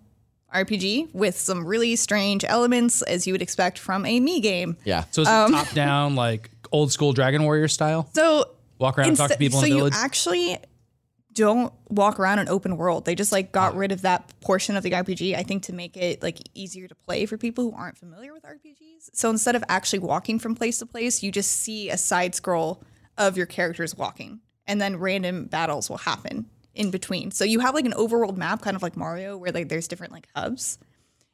Speaker 3: RPG with some really strange elements as you would expect from a Mii game.
Speaker 2: yeah.
Speaker 1: it? So it's
Speaker 3: um,
Speaker 1: top down, like old school Dragon Warrior style.
Speaker 3: So
Speaker 1: Walk around and talk to
Speaker 3: Instead-
Speaker 1: people
Speaker 3: so
Speaker 1: in
Speaker 3: you
Speaker 1: village.
Speaker 3: actually don't walk around an open world. They just like
Speaker 1: Ah.
Speaker 3: got rid of that portion of the RPG, I think, to make it like easier to play for people who aren't familiar with RPGs. So instead of actually walking from place to place, you just see a side scroll of your characters walking, and then random battles will happen in between. So you have like an overworld map, kind of like Mario, where like there's different like hubs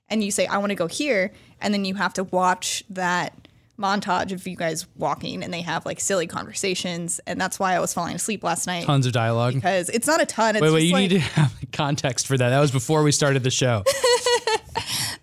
Speaker 3: and you say i want to go here and then you have to watch that montage of you guys walking and they have like silly conversations and that's why i was falling asleep last night
Speaker 1: Tons of dialogue.
Speaker 3: because it's not a ton it's
Speaker 1: Wait, wait,
Speaker 3: just
Speaker 1: you
Speaker 3: like,
Speaker 1: need to have context for that. That was before we started the show.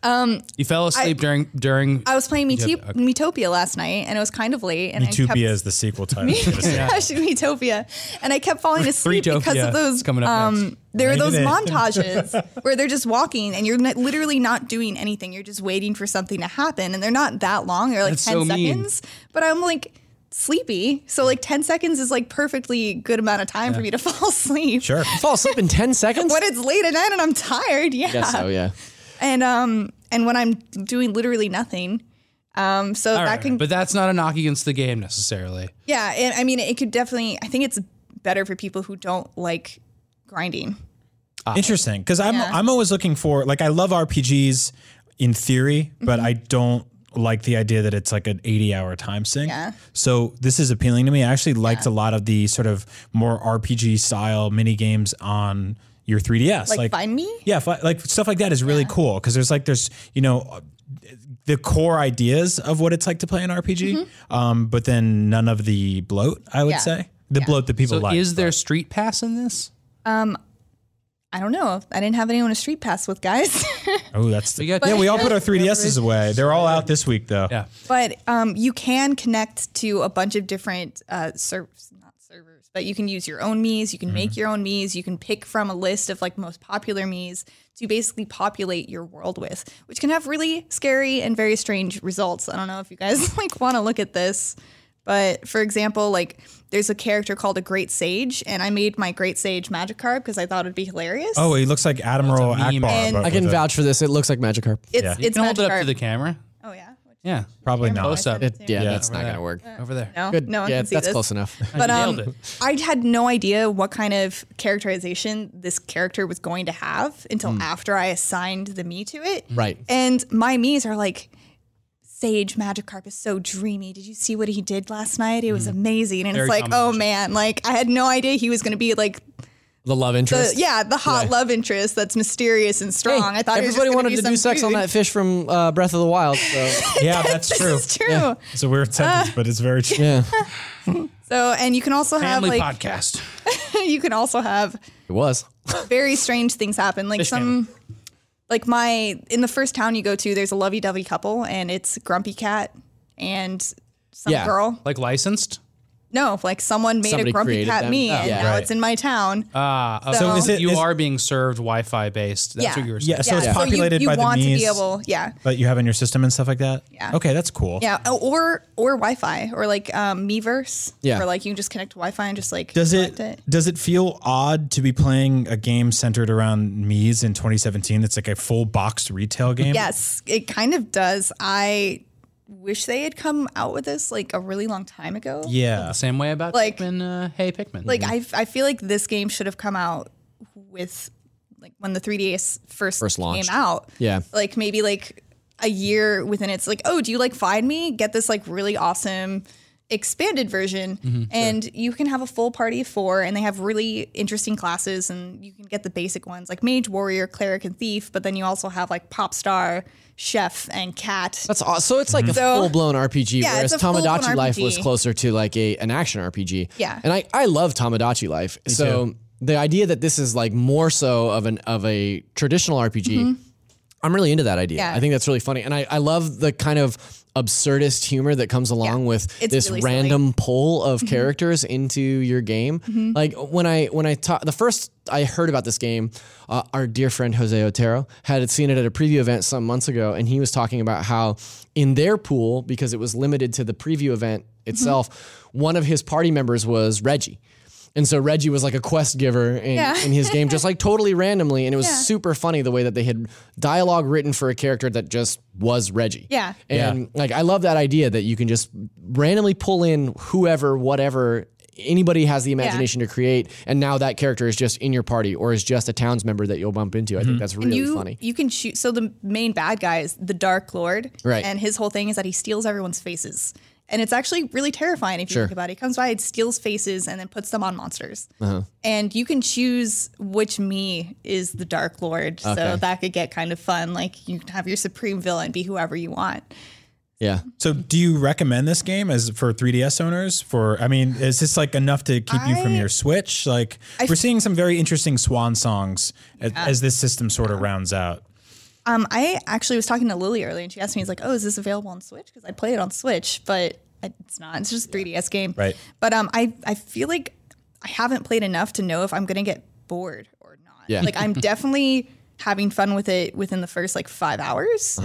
Speaker 1: um, you fell asleep during during.
Speaker 3: i was playing Metopia, Metopia last night and it was kind of late and I kept
Speaker 4: Utopia is the sequel title. for this thing.
Speaker 3: Gosh, Metopia. And I kept falling asleep because
Speaker 1: Threetopia
Speaker 3: of those.
Speaker 1: is coming up next.
Speaker 3: um, there are those
Speaker 4: Ain't it?
Speaker 3: montages where they're just walking and you're not, literally not doing anything. You're just waiting for something to happen, and they're not that long. They're like
Speaker 1: That's
Speaker 3: ten
Speaker 1: so mean.
Speaker 3: seconds. But I'm like sleepy, so like ten seconds is like perfectly good amount of time for me to fall asleep.
Speaker 4: Sure.
Speaker 2: Fall asleep in 10 seconds?
Speaker 3: But it's late at night and I'm tired. Yeah.
Speaker 2: Guess so, yeah.
Speaker 3: And um and when I'm doing literally nothing. Um, so
Speaker 1: All
Speaker 3: that
Speaker 1: right,
Speaker 3: can
Speaker 1: but that's not a knock against the game necessarily.
Speaker 3: Yeah, and I mean, it could definitely. I think it's better for people who don't like grinding.
Speaker 4: Interesting, because I'm
Speaker 3: Yeah.
Speaker 4: I'm always looking for like I love RPGs in theory, but
Speaker 3: Mm-hmm.
Speaker 4: I don't like the idea that it's like an 80 hour time sink.
Speaker 3: Yeah.
Speaker 4: So this is appealing to me. I actually liked a lot of the sort of more RPG style mini games on your 3DS.
Speaker 3: Like, find me.
Speaker 4: Yeah, fi- like stuff like that is really cool because there's like there's you know the core ideas of what it's like to play an RPG, um, but then none of the bloat. I would
Speaker 3: Mm-hmm. Yeah.
Speaker 4: say the bloat that people
Speaker 1: So
Speaker 4: like.
Speaker 1: is there street pass in this?
Speaker 3: I don't know. I didn't have anyone to street pass with, guys.
Speaker 4: oh, that's the,
Speaker 1: We got-
Speaker 4: yeah. We all put our 3DSs away. They're all out this week though.
Speaker 1: Yeah.
Speaker 3: but um, you can connect to a bunch of different uh, servers, not servers, but you can use your own Mii's. You can make your own Mii's. You can pick from a list of like most popular Mii's to basically populate your world with, which can have really scary and very strange results. I don't know if you guys like want to look at this, but for example, like there's a character called a Great Sage, and I made my Great Sage Magikarp because I thought it'd be hilarious.
Speaker 4: Oh, he looks like Admiral
Speaker 1: meme.
Speaker 4: Akbar.
Speaker 3: And-
Speaker 4: but
Speaker 2: I can
Speaker 4: with a-
Speaker 2: vouch for this. It looks like Magikarp.
Speaker 3: it's
Speaker 4: yeah.
Speaker 1: You
Speaker 3: it's
Speaker 1: can hold it up
Speaker 3: Magikarp.
Speaker 1: to the camera.
Speaker 3: oh yeah. What
Speaker 1: Yeah,
Speaker 4: Probably
Speaker 3: Camera
Speaker 4: not.
Speaker 1: Close up.
Speaker 3: wise,
Speaker 2: It,
Speaker 3: I
Speaker 2: yeah,
Speaker 3: can't see
Speaker 4: Yeah,
Speaker 2: that's not
Speaker 1: over
Speaker 2: gonna work.
Speaker 1: over there.
Speaker 3: No,
Speaker 2: Good.
Speaker 3: Uh, no one
Speaker 2: yeah,
Speaker 3: can see
Speaker 2: that's
Speaker 3: this.
Speaker 2: close enough.
Speaker 3: But
Speaker 1: You
Speaker 3: um,
Speaker 1: nailed it.
Speaker 3: I had no idea what kind of characterization this character was going to have until after I assigned the me to it.
Speaker 2: Hmm. right.
Speaker 3: And my me's are like, Sage Magikarp is so dreamy. Did you see what he did last night? It was
Speaker 2: Hmm.
Speaker 3: amazing. And
Speaker 1: Very
Speaker 3: it's like, oh
Speaker 1: common.
Speaker 3: man, like I had no idea he was going to be like
Speaker 2: The love
Speaker 3: the
Speaker 2: interest.
Speaker 3: yeah the hot love interest that's mysterious and strong. I thought he was just
Speaker 2: Everybody
Speaker 3: gonna
Speaker 2: wanted
Speaker 3: be
Speaker 2: to
Speaker 3: some
Speaker 2: do sex on
Speaker 3: dude.
Speaker 2: that fish from uh, Breath of the Wild. So
Speaker 4: Yeah, that's true.
Speaker 3: It's true.
Speaker 4: It's a weird sentence, but it's very true.
Speaker 2: yeah,
Speaker 3: So and you can also have
Speaker 1: Family
Speaker 3: like
Speaker 1: podcast.
Speaker 3: you can also have
Speaker 2: it was.
Speaker 3: very strange things happen. Like some, like my in the first town you go to, there's a lovey-dovey couple, and it's Grumpy Cat and some
Speaker 2: Yeah.
Speaker 3: girl.
Speaker 1: Like licensed?
Speaker 3: No, like someone made
Speaker 2: Somebody
Speaker 3: a Grumpy
Speaker 2: created
Speaker 3: Cat
Speaker 2: them.
Speaker 3: me,
Speaker 2: Oh,
Speaker 3: and
Speaker 2: yeah.
Speaker 3: now
Speaker 4: Right. Uh,
Speaker 3: it's in my town.
Speaker 1: Ah, okay.
Speaker 3: So
Speaker 1: so
Speaker 3: is
Speaker 4: it-
Speaker 1: you
Speaker 4: is-
Speaker 1: are being served Wi-Fi based. That's
Speaker 3: Yeah.
Speaker 1: what you were saying.
Speaker 4: Yeah, so it's
Speaker 3: Yeah, so you-
Speaker 4: populated
Speaker 3: you
Speaker 4: by
Speaker 3: want
Speaker 4: the
Speaker 3: to be
Speaker 4: Mii's,
Speaker 3: able- yeah.
Speaker 4: but you have in your system and stuff like that.
Speaker 3: Yeah.
Speaker 4: Okay, that's cool.
Speaker 3: yeah, oh, or or Wi-Fi, or like um, Meverse,
Speaker 2: Yeah.
Speaker 3: or like you can just connect to Wi-Fi and just like
Speaker 4: Does it,
Speaker 3: select it.
Speaker 4: does it feel odd to be playing a game centered around Mii's in 2017? That's like a full boxed retail game.
Speaker 3: Yes, it kind of does. I wish they had come out with this like a really long time ago.
Speaker 4: Yeah.
Speaker 1: Same way about
Speaker 3: Like-
Speaker 1: Pikmin. Uh, hey, Pikmin.
Speaker 3: Like
Speaker 2: Mm-hmm.
Speaker 3: I, I feel like this game should have come out with like when the 3DS first,
Speaker 2: First
Speaker 3: came
Speaker 2: launched.
Speaker 3: out.
Speaker 2: Yeah.
Speaker 3: Like maybe like a year within it's like, oh, do you like Find Me? Get this like really awesome expanded version
Speaker 2: Mm-hmm.
Speaker 3: and you can have a full party of four and they have really interesting classes and you can get the basic ones like mage warrior cleric and thief but then you also have like pop star chef and cat
Speaker 2: That's awesome. So it's like a
Speaker 3: Mhm. So-
Speaker 2: full blown RPG,
Speaker 3: Yeah,
Speaker 2: whereas
Speaker 3: it's a full-blown
Speaker 2: Tamagotchi Life was
Speaker 3: RPG.
Speaker 2: closer to like a an action RPG.
Speaker 3: Yeah.
Speaker 2: and I I love Tamagotchi Life. so the idea that this is like more so of an of a traditional RPG.
Speaker 3: Mm-hmm.
Speaker 2: I'm really into that idea.
Speaker 3: Yeah.
Speaker 2: I think that's really funny. And I, I love the kind of absurdist humor that comes along with
Speaker 3: It's
Speaker 2: this
Speaker 3: really silly. Mm-hmm.
Speaker 2: random pull of characters into your game. Like when I when I taught the first I heard about this game, uh, our dear friend Jose Otero had seen it at a preview event some months ago, and he was talking about how in their pool because it was limited to the preview event
Speaker 3: Mm-hmm.
Speaker 2: itself, one of his party members was Reggie. And so Reggie was like a quest giver in, in his game, just like totally randomly. And it was super funny the way that they had dialogue written for a character that just was Reggie.
Speaker 3: Yeah.
Speaker 2: And like, I love that idea that you can just randomly pull in whoever, whatever, anybody has the imagination to create. And now that character is just in your party or is just a towns member that you'll bump into. I think that's really
Speaker 3: you,
Speaker 2: funny.
Speaker 3: You can shoot. So the main bad guy is the Dark Lord,
Speaker 2: Right.
Speaker 3: And his whole thing is that he steals everyone's faces, and it's actually really terrifying if you think about it. He comes by and steals faces, and then puts them on monsters.
Speaker 2: Uh-huh.
Speaker 3: And you can choose which me is the Dark Lord, so that could get kind of fun. Like you can have your supreme villain be whoever you want.
Speaker 2: Yeah.
Speaker 4: So, do you recommend this game as for 3DS owners? For I mean, is this like enough to keep you from your Switch? Like, we're seeing some very interesting swan songs as, as this system sort of rounds out.
Speaker 3: Um, I actually was talking to Lily earlier, and she asked me, "Is like, oh, is this available on Switch? Because I play it on Switch, but I- it's not. It's just a 3DS game,
Speaker 4: Right.
Speaker 3: But um, I I feel like I haven't played enough to know if I'm gonna get bored or not.
Speaker 2: Yeah.
Speaker 3: Like I'm definitely having fun with it within the first like five hours,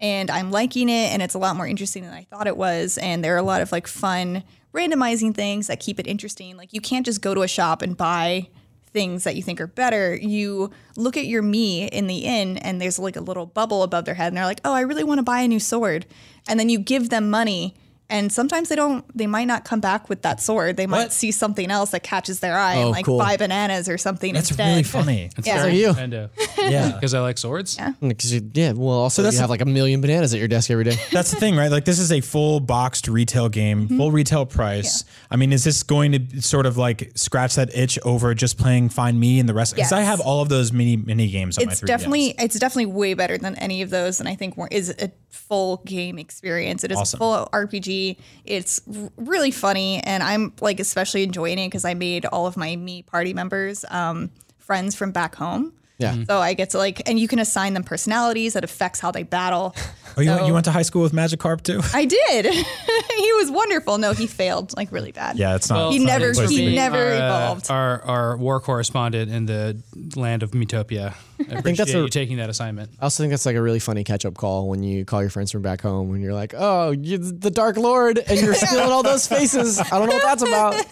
Speaker 3: and I'm liking it, and it's a lot more interesting than I thought it was, and there are a lot of like fun randomizing things that keep it interesting. Like you can't just go to a shop and buy things that you think are better, you look at your me in the inn and there's like a little bubble above their head and they're like, "Oh, I really want to buy a new sword." And then you give them money and sometimes they don't they might not come back with that sword. They might
Speaker 4: What?
Speaker 3: see something else that catches their eye
Speaker 2: Oh,
Speaker 3: and like
Speaker 2: cool.
Speaker 3: buy bananas or something
Speaker 4: That's
Speaker 3: instead.
Speaker 4: really funny.
Speaker 3: Yeah.
Speaker 2: Like you.
Speaker 1: Nintendo.
Speaker 4: yeah,
Speaker 1: Because I like swords. Yeah.
Speaker 2: Because you, yeah. Well, also, you have like a million bananas at your desk every day.
Speaker 4: that's the thing, right? Like, this is a full boxed retail game,
Speaker 3: Mm-hmm.
Speaker 4: full retail price. I mean, is this going to sort of like scratch that itch over just playing Find Me and the rest? Because I
Speaker 3: Yes.
Speaker 4: have all of those mini mini games on my
Speaker 3: it's
Speaker 4: 3DS.
Speaker 3: definitely it's definitely way better than any of those and i think more is a full game experience it is a full rpg it's r- really funny and i'm like especially enjoying it because i made all of my me party members um, friends from back home
Speaker 2: Yeah.
Speaker 1: Mm-hmm.
Speaker 3: so i get to like and you can assign them personalities that affects how they battle
Speaker 4: Oh, you, went- you
Speaker 3: So-
Speaker 4: went to high school with Magikarp too?
Speaker 3: i did he was wonderful no he failed like really bad
Speaker 4: yeah, it's not.
Speaker 1: Well,
Speaker 4: it's not
Speaker 3: never-
Speaker 4: a Uh, place to
Speaker 3: he
Speaker 4: be.
Speaker 3: never-
Speaker 1: our, uh,
Speaker 3: evolved.
Speaker 1: our our war correspondent in the land of Metopia. I appreciate
Speaker 2: that's a-
Speaker 1: you taking that assignment.
Speaker 2: I also think that's like a really funny catch up call when you call your friends from back home when you're like, oh, you the Dark Lord, and you're stealing all those faces. I don't know what that's about.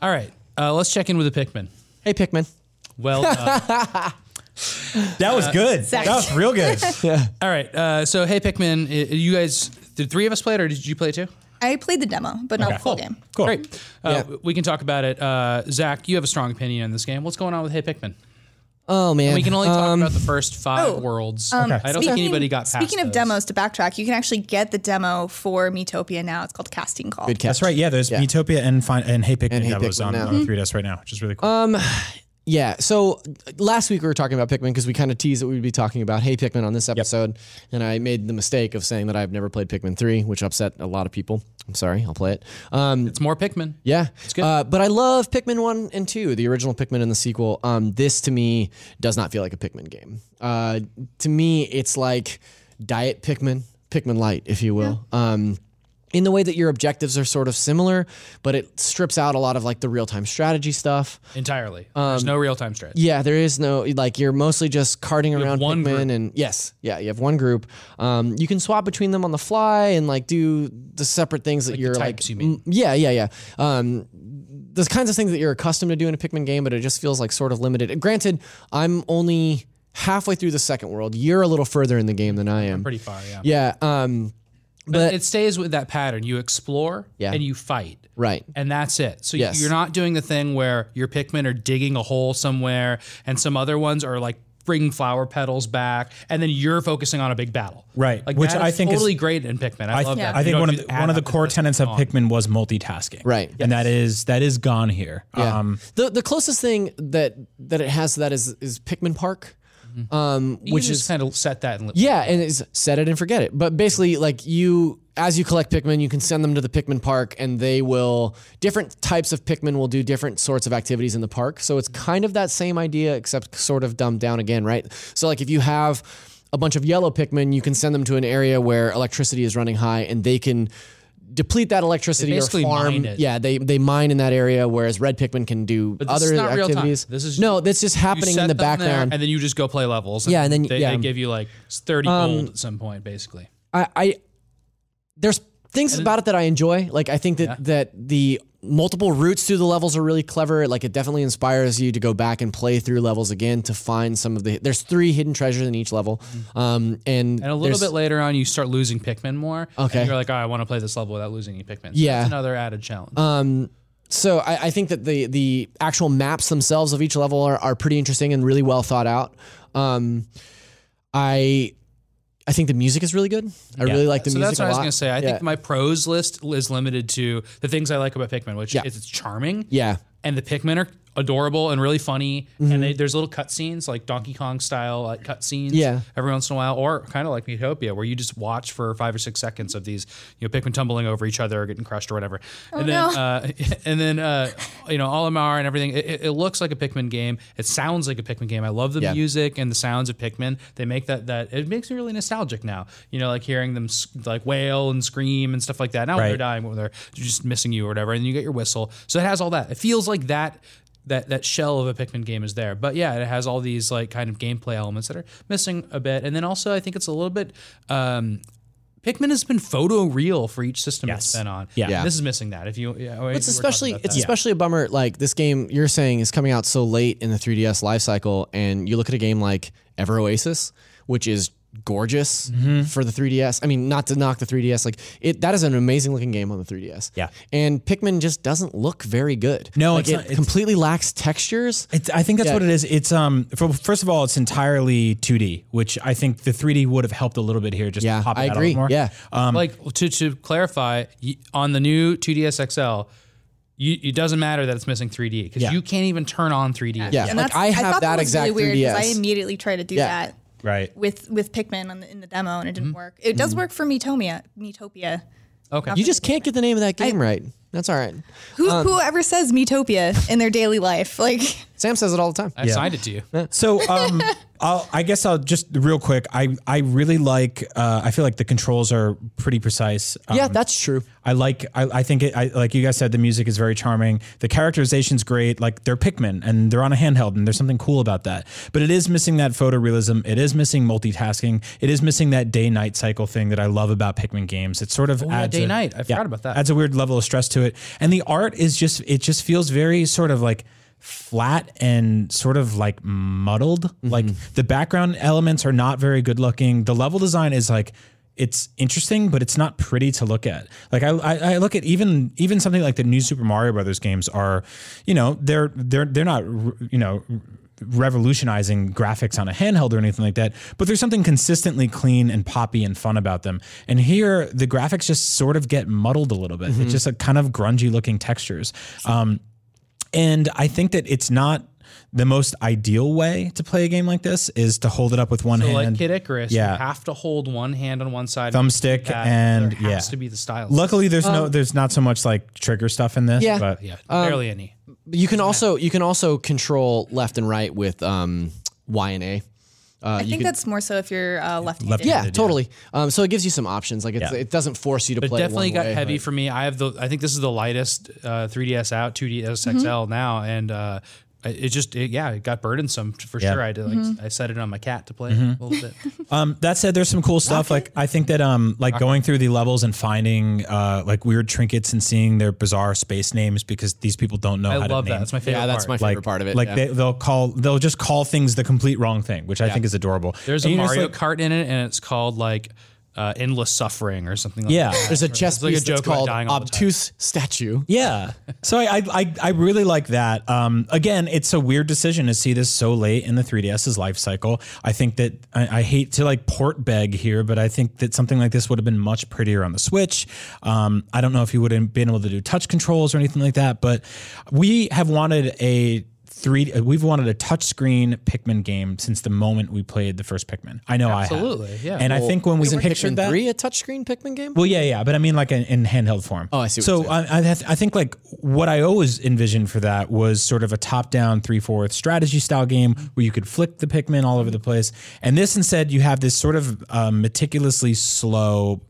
Speaker 1: All right, uh, let's check in with the Pikmin.
Speaker 2: Hey, Pikmin.
Speaker 1: Well, done.
Speaker 4: That
Speaker 3: Uh,
Speaker 4: was good.
Speaker 3: Zach.
Speaker 4: That was real good.
Speaker 2: Yeah.
Speaker 1: All right. Uh, so, hey, Pikmin, i- you guys, did three of us play it or did you play it too?
Speaker 3: I played the demo, but not the full game.
Speaker 4: Cool.
Speaker 1: Great. Uh, We can talk about it. Uh, Zach, you have a strong opinion on this game. What's going on with Hey Pikmin?
Speaker 2: Oh man.
Speaker 1: We can only talk
Speaker 2: Um,
Speaker 1: about the first five
Speaker 3: oh,
Speaker 1: worlds. I don't think anybody got past
Speaker 3: Speaking of
Speaker 1: those.
Speaker 3: demos, to backtrack, you can actually get the demo for Metopia now. It's called Casting Call.
Speaker 2: Good catch.
Speaker 4: That's right. Yeah, there's
Speaker 2: Yeah.
Speaker 4: Metopia and Fin and Hey Pikmin
Speaker 2: And Hey
Speaker 4: that was
Speaker 2: Pikmin Mm-hmm. Um,
Speaker 4: on uh,
Speaker 2: now.
Speaker 4: 3DS right now, which is really cool.
Speaker 2: Yeah. So uh, last week we were talking about Pikmin because we kind of teased that we'd be talking about Hey Pikmin on this episode, and I made the mistake of saying that I've never played Pikmin three, which upset a lot of people. I'm sorry. I'll play it. Um,
Speaker 1: It's more Pikmin.
Speaker 2: yeah, it's good. Uh, but I love Pikmin one and two, the original Pikmin and the sequel. Um, this to me does not feel like a Pikmin game. Uh, to me, it's like Diet Pikmin, Pikmin Light, if you will. Um, in the way that your objectives are sort of similar, but it strips out a lot of like the real time strategy stuff.
Speaker 1: Entirely. There's no real time strategy.
Speaker 2: Yeah, there is no like you're mostly just carting around
Speaker 1: one
Speaker 2: Pikmin
Speaker 1: group.
Speaker 2: and yes, yeah, you have one group. Um, you can swap between them on the fly and like do the separate things that you're
Speaker 1: types,
Speaker 2: like,
Speaker 1: you mean.
Speaker 2: mm, yeah, yeah, yeah. Um, those kinds of things that you're accustomed to doing in a Pikmin game, but it just feels like sort of limited. And granted, I'm only halfway through the second world. You're a little further in the game than I am.
Speaker 1: Pretty far, yeah.
Speaker 2: yeah, um, but
Speaker 1: It stays with that pattern. You explore
Speaker 2: Yeah.
Speaker 1: and you fight.
Speaker 2: right.
Speaker 1: and that's it. So
Speaker 2: Yes.
Speaker 1: you're not doing the thing where your Pikmin are digging a hole somewhere, and some other ones are like bringing flower petals back, and then you're focusing on a big battle,
Speaker 4: Right.
Speaker 1: Like
Speaker 4: Which
Speaker 1: that
Speaker 4: I
Speaker 1: is
Speaker 4: think is-
Speaker 1: totally great in Pikmin. I,
Speaker 4: I,
Speaker 1: love that.
Speaker 4: I
Speaker 1: You
Speaker 4: think
Speaker 1: don't
Speaker 4: one of
Speaker 1: do
Speaker 4: the,
Speaker 1: add
Speaker 4: one of the
Speaker 1: on to
Speaker 4: core
Speaker 1: this
Speaker 4: tenets of
Speaker 1: song.
Speaker 4: Pikmin was multitasking.
Speaker 2: Right.
Speaker 4: And that is that is gone here.
Speaker 2: Yeah.
Speaker 4: Um,
Speaker 2: the the closest thing that that it has to that is is Pikmin Park, um,
Speaker 1: You
Speaker 2: which
Speaker 1: just
Speaker 2: is
Speaker 1: kind of set that and let-
Speaker 2: Yeah, and it's set it and forget it. But basically, like you, as you collect Pikmin, you can send them to the Pikmin park, and they will different types of Pikmin will do different sorts of activities in the park. So it's kind of that same idea, except sort of dumbed down again, right? So like if you have a bunch of yellow Pikmin, you can send them to an area where electricity is running high, and they can. Deplete that electricity
Speaker 1: They
Speaker 2: or
Speaker 1: basically
Speaker 2: farm.
Speaker 1: mine it.
Speaker 2: Yeah, they they mine in that area, whereas red Pikmin can do
Speaker 1: this
Speaker 2: other
Speaker 1: is not real time.
Speaker 2: activities.
Speaker 1: This is-
Speaker 2: no, that's just
Speaker 1: you
Speaker 2: happening
Speaker 1: set
Speaker 2: in the
Speaker 1: them there,
Speaker 2: background.
Speaker 1: and then you just go play levels. And
Speaker 2: Yeah, and then-
Speaker 1: they,
Speaker 2: yeah. Um,
Speaker 1: they give you like thirty gold at some point, basically.
Speaker 2: I, I there's things about it that I enjoy. Like I think that that the multiple routes through the levels are really clever. Like it definitely inspires you to go back and play through levels again to find some of the. There's three hidden treasures in each level, um, and
Speaker 1: Mm-hmm. And a little bit later on, you start losing Pikmin more.
Speaker 2: Okay.
Speaker 1: and you're like, oh, I want to play this level without losing any Pikmin. So
Speaker 2: Yeah.
Speaker 1: that's another added challenge.
Speaker 2: So I, I think that the the actual maps themselves of each level are, are pretty interesting and really well thought out. Um, I I think the music is really good. I really like the
Speaker 1: so
Speaker 2: music.
Speaker 1: that's what
Speaker 2: a
Speaker 1: I was
Speaker 2: lot.
Speaker 1: gonna say. I
Speaker 2: Yeah.
Speaker 1: think my pros list is limited to the things I like about Pikmin, which is it's charming.
Speaker 2: yeah. Mm-hmm.
Speaker 1: and the Pikmin are adorable and really funny. And they, there's little cutscenes like Donkey Kong style like cutscenes.
Speaker 2: Yeah.
Speaker 1: every once in a while, or kind of like Utopia, where you just watch for five or six seconds of these, you know, Pikmin tumbling over each other, or getting crushed, or whatever. and then,
Speaker 3: no.
Speaker 1: uh, and then, uh, you know, Olimar and everything. It, it- it looks like a Pikmin game. It sounds like a Pikmin game. I love the
Speaker 2: Yeah.
Speaker 1: music and the sounds of Pikmin. They make that that it makes me really nostalgic now. You know, like hearing them s- like wail and scream and stuff like that. Now when
Speaker 4: Right.
Speaker 1: they're dying, when they're just missing you or whatever, and you get your whistle. So it has all that. It feels like that. That, that shell of a Pikmin game is there, but yeah, it has all these like kind of gameplay elements that are missing a bit, and then also I think it's a little bit um, Pikmin has been photo real for each system it's
Speaker 4: Yes.
Speaker 1: been on.
Speaker 4: Yeah.
Speaker 1: this is missing that. If you, yeah, we- we were
Speaker 2: it's
Speaker 1: talking
Speaker 2: especially
Speaker 1: about
Speaker 2: it's
Speaker 1: that.
Speaker 2: especially a bummer. Like this game you're saying is coming out so late in the 3DS life cycle, and you look at a game like Ever Oasis, which is gorgeous
Speaker 4: Mm-hmm.
Speaker 2: for the 3DS. I mean, not to knock the 3DS, like it that is an amazing looking game on the 3DS.
Speaker 4: Yeah.
Speaker 2: and Pikmin just doesn't look very good.
Speaker 4: No,
Speaker 2: like
Speaker 4: it's
Speaker 2: it
Speaker 4: not- it's-
Speaker 2: completely lacks textures.
Speaker 4: It's, I think that's what it is. It's um. For, first of all, it's entirely 2D, which I think the 3D would have helped a little bit here. Just
Speaker 2: Yeah,
Speaker 4: to pop it
Speaker 2: I
Speaker 4: out a
Speaker 2: agree.
Speaker 4: little more.
Speaker 2: Yeah.
Speaker 4: Um.
Speaker 1: like to to clarify y- on the new 2ds XL. You, it doesn't matter that it's missing 3D because
Speaker 4: Yeah.
Speaker 1: you can't even turn on 3D.
Speaker 2: Yeah,
Speaker 3: And
Speaker 2: like
Speaker 3: that's,
Speaker 2: I have
Speaker 3: thought
Speaker 2: that,
Speaker 3: was
Speaker 2: exact
Speaker 3: really weird
Speaker 2: 3DS.
Speaker 3: I immediately tried to do
Speaker 2: Yeah. Mm-hmm.
Speaker 3: that
Speaker 4: right.
Speaker 3: with with Pikmin on the, in the demo and it didn't work. It does work for Metopia. Metopia.
Speaker 1: Okay.
Speaker 2: you just can't get the name of that game right. That's all right.
Speaker 3: Who,
Speaker 2: Um,
Speaker 3: whoever says Metopia in their daily life, like
Speaker 2: Sam says it all the time.
Speaker 1: I signed it to you.
Speaker 4: So um, I'll, I guess I'll just real quick. I I really like. Uh, I feel like the controls are pretty precise. Um,
Speaker 2: yeah, that's true.
Speaker 4: I like. I, I think. It, I like you guys said. The music is very charming. The characterization's great. Like they're Pikmin and they're on a handheld, and there's something cool about that. But it is missing that photorealism. It is missing multitasking. It is missing that day-night cycle thing that I love about Pikmin games. It sort of
Speaker 1: Oh, yeah,
Speaker 4: adds a-
Speaker 1: day-night. I forgot about that.
Speaker 4: Adds a weird level of stress to it, and the art is just. It just feels very sort of like flat and sort of like muddled. Like the background elements are not very good looking. The level design is like it's interesting, but it's not pretty to look at. Like I, I, I look at even even something like the new Super Mario Brothers games are, you know, they're they're they're not you know revolutionizing graphics on a handheld or anything like that, but there's something consistently clean and poppy and fun about them. And here, the graphics just sort of get muddled a little bit.
Speaker 1: Mm-hmm.
Speaker 4: It's just a kind of grungy looking textures. Um, and I think that it's not the most ideal way to play a game like this is to hold it up with one
Speaker 1: So
Speaker 4: hand.
Speaker 1: like Kid Icarus,
Speaker 4: Yeah.
Speaker 1: you have to hold one hand on one side,
Speaker 4: Thumbstick
Speaker 1: that.
Speaker 4: and-
Speaker 1: there has
Speaker 4: yeah.
Speaker 1: to be the style.
Speaker 4: Luckily, there's no, there's not so much like trigger stuff in this.
Speaker 2: Yeah.
Speaker 4: but
Speaker 1: Oh. yeah, barely any.
Speaker 2: But you can also you can also control left and right with um, Y and A. Uh,
Speaker 3: I
Speaker 2: you
Speaker 3: think
Speaker 2: could-
Speaker 3: that's more so if you're uh, left-handed.
Speaker 2: yeah, totally. Um, so it gives you some options. Like it's,
Speaker 4: Yeah.
Speaker 2: it doesn't force you to
Speaker 1: But
Speaker 2: play.
Speaker 1: definitely
Speaker 2: one
Speaker 1: got
Speaker 2: way,
Speaker 1: heavy for me. I have the. I think this is the lightest uh, 3ds out, 2ds XL now, and uh, it just it, yeah, it got burdensome for
Speaker 4: Yeah.
Speaker 1: sure. I did, like I set it on my cat to play
Speaker 2: Mm-hmm.
Speaker 1: a little bit.
Speaker 4: Um, that said, there's some cool stuff. Like I think that um, like going through the levels and finding uh, like weird trinkets and seeing their bizarre space names because these people don't know
Speaker 1: I
Speaker 4: how to
Speaker 1: love
Speaker 4: name.
Speaker 1: that. That's my favorite.
Speaker 2: Yeah, that's my
Speaker 1: part.
Speaker 2: favorite
Speaker 4: like,
Speaker 2: part of it.
Speaker 4: Like
Speaker 2: yeah.
Speaker 4: they, they'll call, they'll just call things the complete wrong thing, which I think is adorable.
Speaker 1: There's
Speaker 4: And
Speaker 1: a
Speaker 4: you're just
Speaker 1: Mario
Speaker 4: like-
Speaker 1: Kart in it, and it's called like uh, endless suffering or something. like
Speaker 4: Yeah.
Speaker 1: that.
Speaker 2: there's a chess
Speaker 1: like a
Speaker 2: piece that's
Speaker 1: joke about
Speaker 2: called
Speaker 1: dying all the time.
Speaker 2: obtuse statue.
Speaker 4: Yeah. So I, I I I really like that. Um, again, it's a weird decision to see this so late in the 3DS's life cycle. I think that I, I hate to like port beg here, but I think that something like this would have been much prettier on the Switch. Um, I don't know if you would have been able to do touch controls or anything like that, but we have wanted a three. We've wanted a touchscreen Pikmin game since the moment we played the first Pikmin. I know I
Speaker 1: Absolutely,
Speaker 4: have.
Speaker 1: yeah.
Speaker 4: And I think when we
Speaker 2: Isn't
Speaker 4: pictured
Speaker 2: Pikmin
Speaker 4: that,
Speaker 2: three a touchscreen Pikmin game?
Speaker 4: well, yeah, yeah, but I mean like in, in handheld form.
Speaker 2: Oh, I see what
Speaker 4: so
Speaker 2: you're
Speaker 4: I, I, th- I think like what I always envisioned for that was sort of a top-down three-fourth strategy style game where you could flick the Pikmin all over the place, and this instead you have this sort of um, meticulously slow.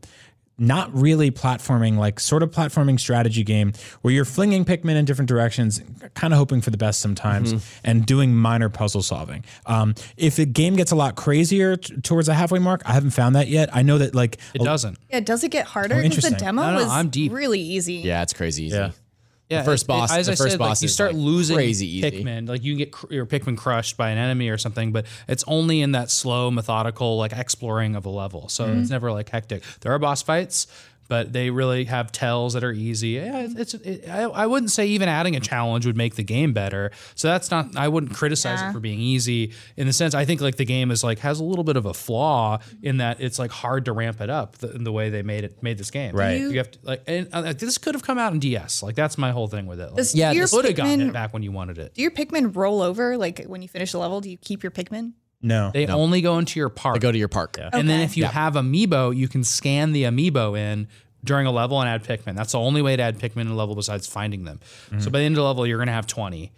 Speaker 4: Not really platforming, like sort of platforming strategy game where you're flinging Pikmin in different directions, kind of hoping for the best sometimes,
Speaker 2: Mm-hmm.
Speaker 4: and doing minor puzzle solving. Um, if the game gets a lot crazier t- towards the halfway mark, I haven't found that yet. I know that like
Speaker 1: It doesn't.
Speaker 3: Yeah, does it get harder?
Speaker 4: Oh,
Speaker 3: Because
Speaker 4: interesting.
Speaker 3: the demo
Speaker 1: No, no,
Speaker 3: was
Speaker 1: I'm deep.
Speaker 3: really easy.
Speaker 2: Yeah, it's crazy easy.
Speaker 4: Yeah.
Speaker 1: Yeah,
Speaker 2: first
Speaker 1: it- it-
Speaker 2: boss-
Speaker 1: as
Speaker 2: the
Speaker 1: I
Speaker 2: first
Speaker 1: said,
Speaker 2: boss
Speaker 1: like, you
Speaker 2: is,
Speaker 1: start
Speaker 2: like,
Speaker 1: losing
Speaker 2: crazy easy.
Speaker 1: Pikmin. Like you can get cr- your Pikmin crushed by an enemy or something, but it's only in that slow, methodical, like exploring of a level. So it's never like hectic. There are boss fights, but they really have tells that are easy. Yeah, it's. It, I, I wouldn't say even adding a challenge would make the game better. So that's not. I wouldn't criticize it for being easy in the sense. I think like the game is like has a little bit of a flaw in that it's like hard to ramp it up the, in the way they made it made this game.
Speaker 4: Right.
Speaker 1: You have to like, and uh, like, this could have come out in DS. Like that's my whole thing with it. Like,
Speaker 3: Does
Speaker 2: Yeah,
Speaker 3: your
Speaker 2: this
Speaker 1: would have gotten it
Speaker 3: Pikmin,
Speaker 1: back when you wanted it.
Speaker 3: do your Pikmin roll over? Like when you finish the level, do you keep your Pikmin?
Speaker 4: no,
Speaker 1: They
Speaker 4: no.
Speaker 1: only go into your park,
Speaker 2: I go to your park.
Speaker 1: and then
Speaker 3: Okay.
Speaker 1: if you have amiibo, you can scan the amiibo in during a level and add Pikmin. That's the only way to add Pikmin in a level besides finding them.
Speaker 4: Mm-hmm.
Speaker 1: So by the end of the level, you're gonna have twenty.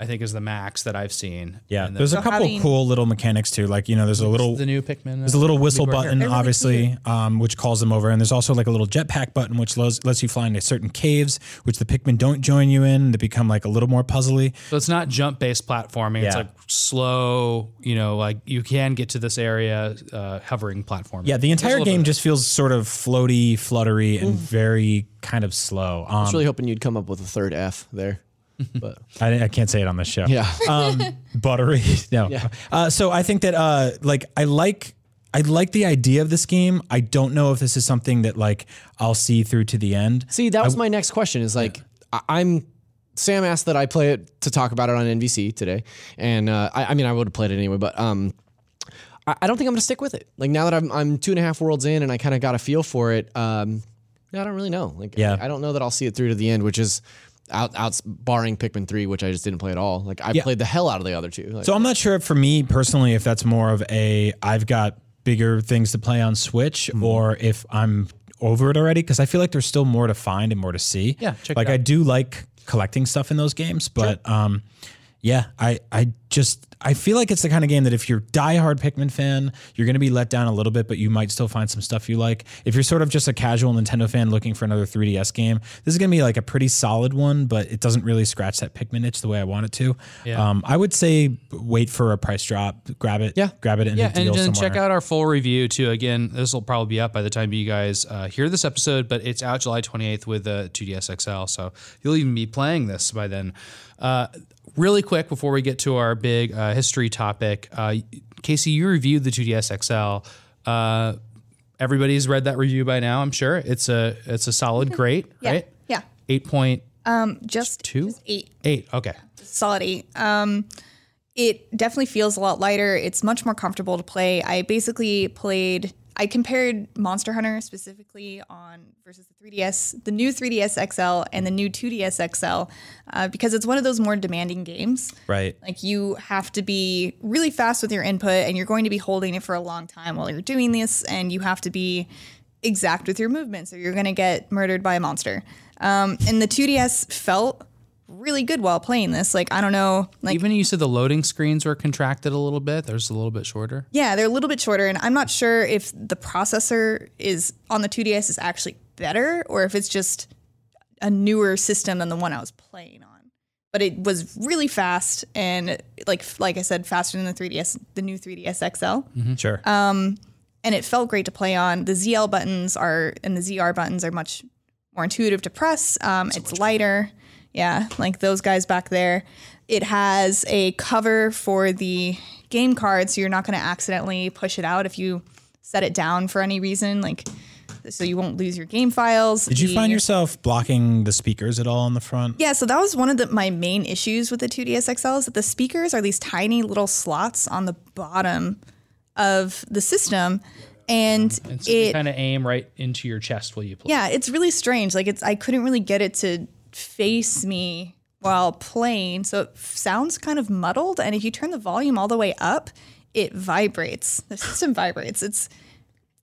Speaker 1: I think is the max that I've seen.
Speaker 4: Yeah,
Speaker 1: And then
Speaker 4: there's a couple
Speaker 3: having-
Speaker 4: cool little mechanics too. Like you know, there's a little
Speaker 1: the new Pikmin.
Speaker 4: there's a little whistle
Speaker 1: Amiibo right
Speaker 4: button,
Speaker 3: They're really
Speaker 4: obviously, um, which calls them over, and there's also like a little jetpack button, which lets, lets you fly into certain caves, which the Pikmin don't join you in. They become like a little more puzzly.
Speaker 1: So it's not jump based platforming. It's
Speaker 4: Yeah.
Speaker 1: like slow, you know, like you can get to this area uh, hovering platform.
Speaker 4: Yeah, the entire game just feels sort of floaty, fluttery, and very kind of slow. Um,
Speaker 2: I was really hoping you'd come up with a third F there, but
Speaker 4: I, I can't say it on this show.
Speaker 2: yeah,
Speaker 4: um, buttery. No. Uh, so I think that uh, like I like I like the idea of this game. I don't know if this is something that like I'll see through to the end.
Speaker 2: See, that was my next question. Is like I, I'm Sam asked that I play it to talk about it on NVC today, and uh, I, I mean I would have played it anyway, but um, I, I don't think I'm gonna stick with it. Like now that I'm I'm two and a half worlds in, and I kind of got a feel for it. Um, I don't really know. Like
Speaker 4: Yeah.
Speaker 2: I, I don't know that I'll see it through to the end, which is. Out, out, barring Pikmin three, which I just didn't play at all. Like I played the hell out of the other two. Like,
Speaker 4: So I'm not sure for me personally if that's more of a I've got bigger things to play on Switch
Speaker 1: Hmm.
Speaker 4: or if I'm over it already because I feel like there's still more to find and more to see.
Speaker 1: Yeah, check it
Speaker 4: like I
Speaker 1: out.
Speaker 4: do like collecting stuff in those games, but um, yeah, I I just I feel like it's the kind of game that if you're diehard Pikmin fan, you're going to be let down a little bit, but you might still find some stuff you like. If you're sort of just a casual Nintendo fan looking for another 3DS game, this is going to be like a pretty solid one, but it doesn't really scratch that Pikmin itch the way I want it to. Um, I would say wait for a price drop, grab it,
Speaker 2: Yeah.
Speaker 4: grab it in
Speaker 1: yeah,
Speaker 4: a deal
Speaker 1: and then
Speaker 4: somewhere.
Speaker 1: check out our full review too. Again, this will probably be up by the time you guys uh, hear this episode, but it's out July 28th with uh, 2DS XL, so you'll even be playing this by then. Uh, really quick before we get to our big uh, history topic, uh, Casey, you reviewed the 2DS XL. Uh, everybody's read that review by now, I'm sure. It's a it's a solid grade,
Speaker 3: Mm-hmm. Yeah.
Speaker 1: right?
Speaker 3: Yeah.
Speaker 1: Eight point
Speaker 3: Just
Speaker 1: two,
Speaker 3: eight.
Speaker 1: eight. Okay.
Speaker 3: solid eight. Um, it definitely feels a lot lighter. It's much more comfortable to play. I basically played. I compared Monster Hunter specifically on versus the 3DS, the new 3DS XL and the new 2DS XL, uh, because it's one of those more demanding games.
Speaker 4: Right.
Speaker 3: Like you have to be really fast with your input and you're going to be holding it for a long time while you're doing this and you have to be exact with your movements or you're going to get murdered by a monster. Um, and the 2DS felt really good while playing this. Like, I don't know, like,
Speaker 1: Even you said the loading screens were contracted a little bit. There's a little bit shorter.
Speaker 3: yeah, they're a little bit shorter. And I'm not sure if the processor is on the 2DS is actually better or if it's just a newer system than the one I was playing on. But it was really fast and like like I said, faster than the 3DS, the new 3DS XL.
Speaker 4: Sure.
Speaker 1: uh,
Speaker 3: and it felt great to play on. The ZL buttons are and the ZR buttons are much more intuitive to press. Um, it's lighter. Yeah, like those guys back there. It has a cover for the game card, so you're not going to accidentally push it out if you set it down for any reason, like so you won't lose your game files.
Speaker 4: Did you
Speaker 3: The-
Speaker 4: find yourself blocking the speakers at all on the front?
Speaker 3: yeah, so that was one of the, my main issues with the 2DS XL is that the speakers are these tiny little slots on the bottom of the system, and
Speaker 1: And so you
Speaker 3: it
Speaker 1: kind of aim right into your chest while you play.
Speaker 3: yeah, it's really strange. Like it's I couldn't really get it to face me while playing, so it f- sounds kind of muddled. And if you turn the volume all the way up, it vibrates. The system vibrates. It's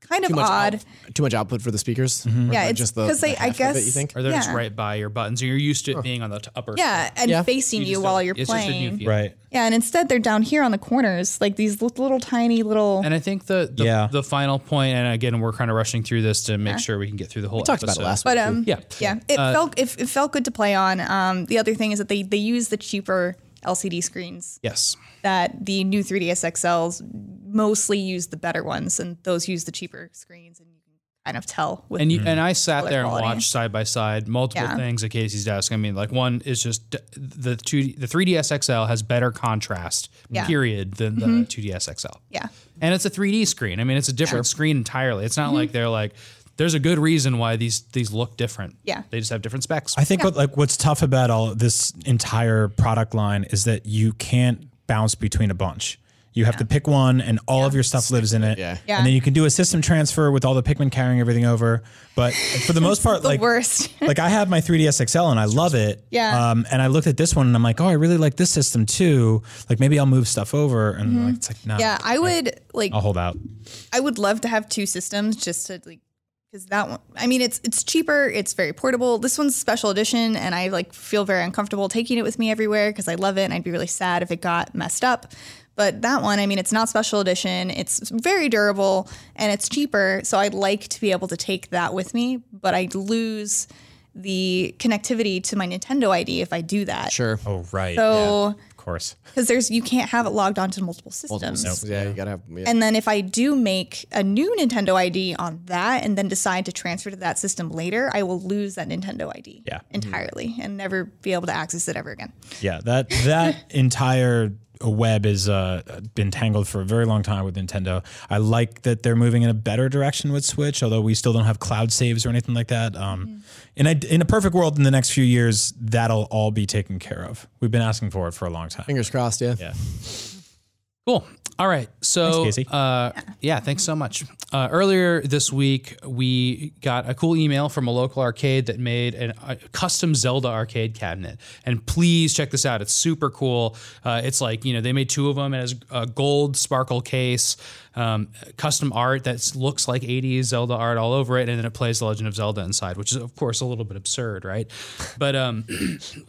Speaker 3: kind of
Speaker 2: Too much,
Speaker 3: odd.
Speaker 2: out- too much output for the speakers.
Speaker 4: Mm-hmm.
Speaker 3: Yeah,
Speaker 2: Or
Speaker 3: it's
Speaker 2: just the-
Speaker 3: because
Speaker 2: the
Speaker 3: they. I
Speaker 2: half of it,
Speaker 3: guess
Speaker 2: you think?
Speaker 1: Or they're just
Speaker 3: yeah.
Speaker 1: right by your buttons. You're used to it being on the t- upper.
Speaker 3: Yeah, and
Speaker 2: Yeah.
Speaker 3: facing you,
Speaker 1: just
Speaker 3: while
Speaker 1: don't-
Speaker 3: you're
Speaker 1: it's just a new
Speaker 3: playing.
Speaker 1: feel.
Speaker 4: Right.
Speaker 3: Yeah, and instead they're down here on the corners, like these little, little tiny little.
Speaker 1: And I think the the,
Speaker 4: Yeah.
Speaker 1: the final point, and again, we're kind of rushing through this to make sure we can get through the whole. We
Speaker 2: Talked about it last
Speaker 3: But
Speaker 2: week.
Speaker 3: um,
Speaker 1: Yeah. Uh,
Speaker 3: yeah, it felt it, it felt good to play on. Um, the other thing is that they they use the cheaper LCD screens
Speaker 1: Yes.
Speaker 3: that the new 3DS XLs mostly use the better ones, and those use the cheaper screens, and you can kind of tell. With
Speaker 1: And you, and I sat there and
Speaker 3: quality.
Speaker 1: watched side by side multiple
Speaker 3: Yeah.
Speaker 1: things at Casey's desk. I mean, like one is just d- the two the 3ds XL has better contrast
Speaker 3: Yeah. Mm-hmm.
Speaker 1: period than the 2ds XL.
Speaker 3: yeah,
Speaker 1: And it's a 3D screen. I mean, it's a different screen entirely. It's not like they're like there's a good reason why these these look different.
Speaker 3: Yeah.
Speaker 1: They just have different specs.
Speaker 4: I think what like what's tough about all this entire product line is that you can't bounce between a bunch. You have to pick one, and all of your stuff lives in it.
Speaker 2: Yeah.
Speaker 3: Yeah.
Speaker 4: And then you can do a system transfer with all the Pikmin carrying everything over. But for the most part,
Speaker 3: the
Speaker 4: like
Speaker 3: worst.
Speaker 4: like I have my 3ds XL and I love it.
Speaker 3: Yeah.
Speaker 4: Um, and I looked at this one and I'm like, oh, I really like this system too. Like maybe I'll move stuff over. And like, it's like, nah,
Speaker 3: Mm-hmm. yeah, I would like.
Speaker 4: I'll hold out.
Speaker 3: I would love to have two systems just to like. Because that one, I mean, it's it's cheaper. It's very portable. This one's special edition, and I like feel very uncomfortable taking it with me everywhere because I love it, and I'd be really sad if it got messed up. But that one, I mean, it's not special edition. It's very durable and it's cheaper, so I'd like to be able to take that with me. But I would lose the connectivity to my Nintendo ID if I do that.
Speaker 2: Sure.
Speaker 4: Oh, right.
Speaker 3: So
Speaker 4: of course.
Speaker 3: because there's you can't have it logged onto multiple systems.
Speaker 2: Yeah, you gotta have. yeah.
Speaker 3: And then if I do make a new Nintendo ID on that and then decide to transfer to that system later, I will lose that Nintendo ID
Speaker 4: Yeah.
Speaker 3: entirely and never be able to access it ever again.
Speaker 4: Yeah, that that entire web has uh, been tangled for a very long time with Nintendo. I like that they're moving in a better direction with Switch, although we still don't have cloud saves or anything like that. Um, in a in a perfect world, in the next few years, that'll all be taken care of. We've been asking for it for a long time.
Speaker 2: Fingers crossed. Yeah.
Speaker 1: Cool. All right. So,
Speaker 4: Thanks, Casey.
Speaker 1: Uh, yeah, thanks so much. Uh, earlier this week, we got a cool email from a local arcade that made an, a custom Zelda arcade cabinet. And please check this out. It's super cool. Uh, it's like, you know, they made two of them. It has a gold sparkle case, um, custom art that looks like 80s Zelda art all over it. And then it plays The Legend of Zelda inside, which is, of course, a little bit absurd, right? But um,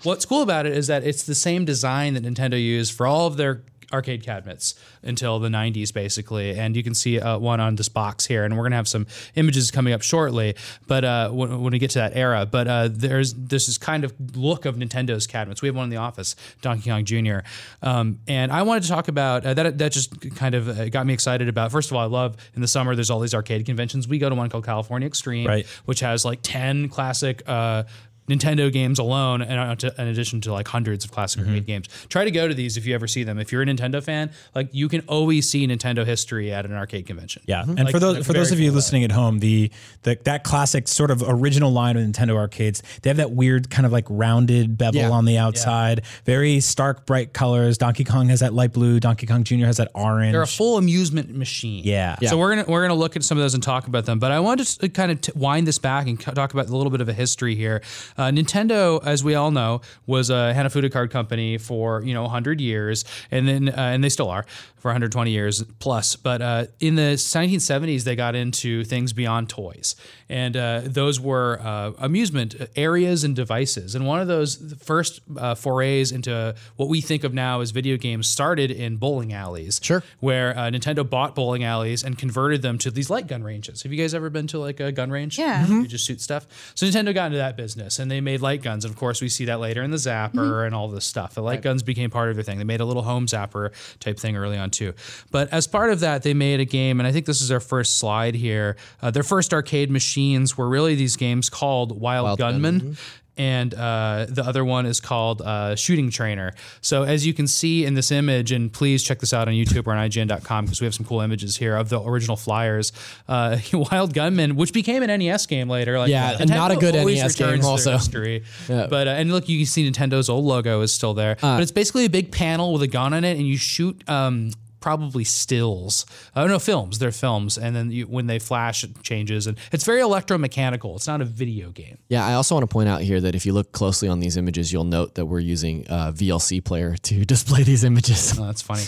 Speaker 1: what's cool about it is that it's the same design that Nintendo used for all of their arcade cabinets until the 90s basically and you can see uh, one on this box here and we're going to have some images coming up shortly but uh, when, when we get to that era but uh, there's this is kind of look of nintendo's cabinets we have one in the office donkey kong jr um, and i wanted to talk about uh, that that just kind of uh, got me excited about first of all i love in the summer there's all these arcade conventions we go to one called california extreme
Speaker 4: Right.
Speaker 1: which has like 10 classic uh, Nintendo games alone, and uh, to- in addition to like hundreds of classic arcade games. Try to go to these if you ever see them. If you're a Nintendo fan, like you can always see Nintendo history at an arcade convention.
Speaker 4: Yeah, and for those for those of you listening at home, the, the that classic sort of original line of Nintendo arcades, they have that weird kind of like rounded bevel
Speaker 2: Yeah.
Speaker 4: on the outside, very stark bright colors. Donkey Kong has that light blue. Donkey Kong Jr. has that orange.
Speaker 1: They're a full amusement machine.
Speaker 4: Yeah. Yeah.
Speaker 1: So we're gonna we're gonna look at some of those and talk about them. But I wanted to kind of t- wind this back and c- talk about a little bit of a history here. Uh, Nintendo, as we all know, was a Hanafuda card company for you know 100 years, and then uh, and they still are for 120 years plus. But uh, in the 1970s, they got into things beyond toys, and uh, those were uh, amusement areas and devices. And one of those first uh, forays into what we think of now as video games started in bowling alleys. Sure. Where uh, Nintendo bought bowling alleys and converted them to these light gun ranges. Have you guys ever been to like a gun range?
Speaker 3: Yeah.
Speaker 1: You just shoot stuff. So Nintendo got into that business and they made light guns. And of course, we see that later in the Zapper and all this stuff. The light guns became part of their thing. They made a little home Zapper type thing early on too. But as part of that, they made a game, and I think this is their first slide here. Uh, their first arcade machines were really these games called Wild, Gunman and uh, the other one is called uh, Shooting Trainer. So as you can see in this image, and please check this out on YouTube or on IGN.com because we have some cool images here of the original flyers. Uh, Wild Gunman, which became an NES game later. Like,
Speaker 2: Yeah, and not a good
Speaker 1: always
Speaker 2: NES game
Speaker 1: returns to their
Speaker 2: also.
Speaker 1: history. But uh, and look, you can see Nintendo's old logo is still there.
Speaker 2: Uh.
Speaker 1: but it's basically a big panel with a gun on it, and you shoot. Um, Probably stills. Oh no, films. They're films, and then you, when they flash, it changes, and it's very electromechanical. It's not a video game.
Speaker 2: Yeah, I also want to point out here that if you look closely on these images, you'll note that we're using a VLC player to display these images.
Speaker 1: Oh, that's funny.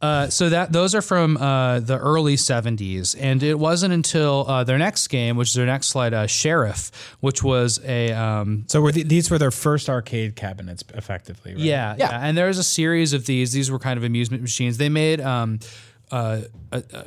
Speaker 1: Uh, so that those are from uh, the early 70s, and it wasn't until uh, their next game, which is their next slide, uh, Sheriff, which was a um,
Speaker 4: so were the, these were their first arcade cabinets, effectively. Right?
Speaker 1: yeah, yeah, And there was a series of these. These were kind of amusement machines. They made, um, uh, uh, uh,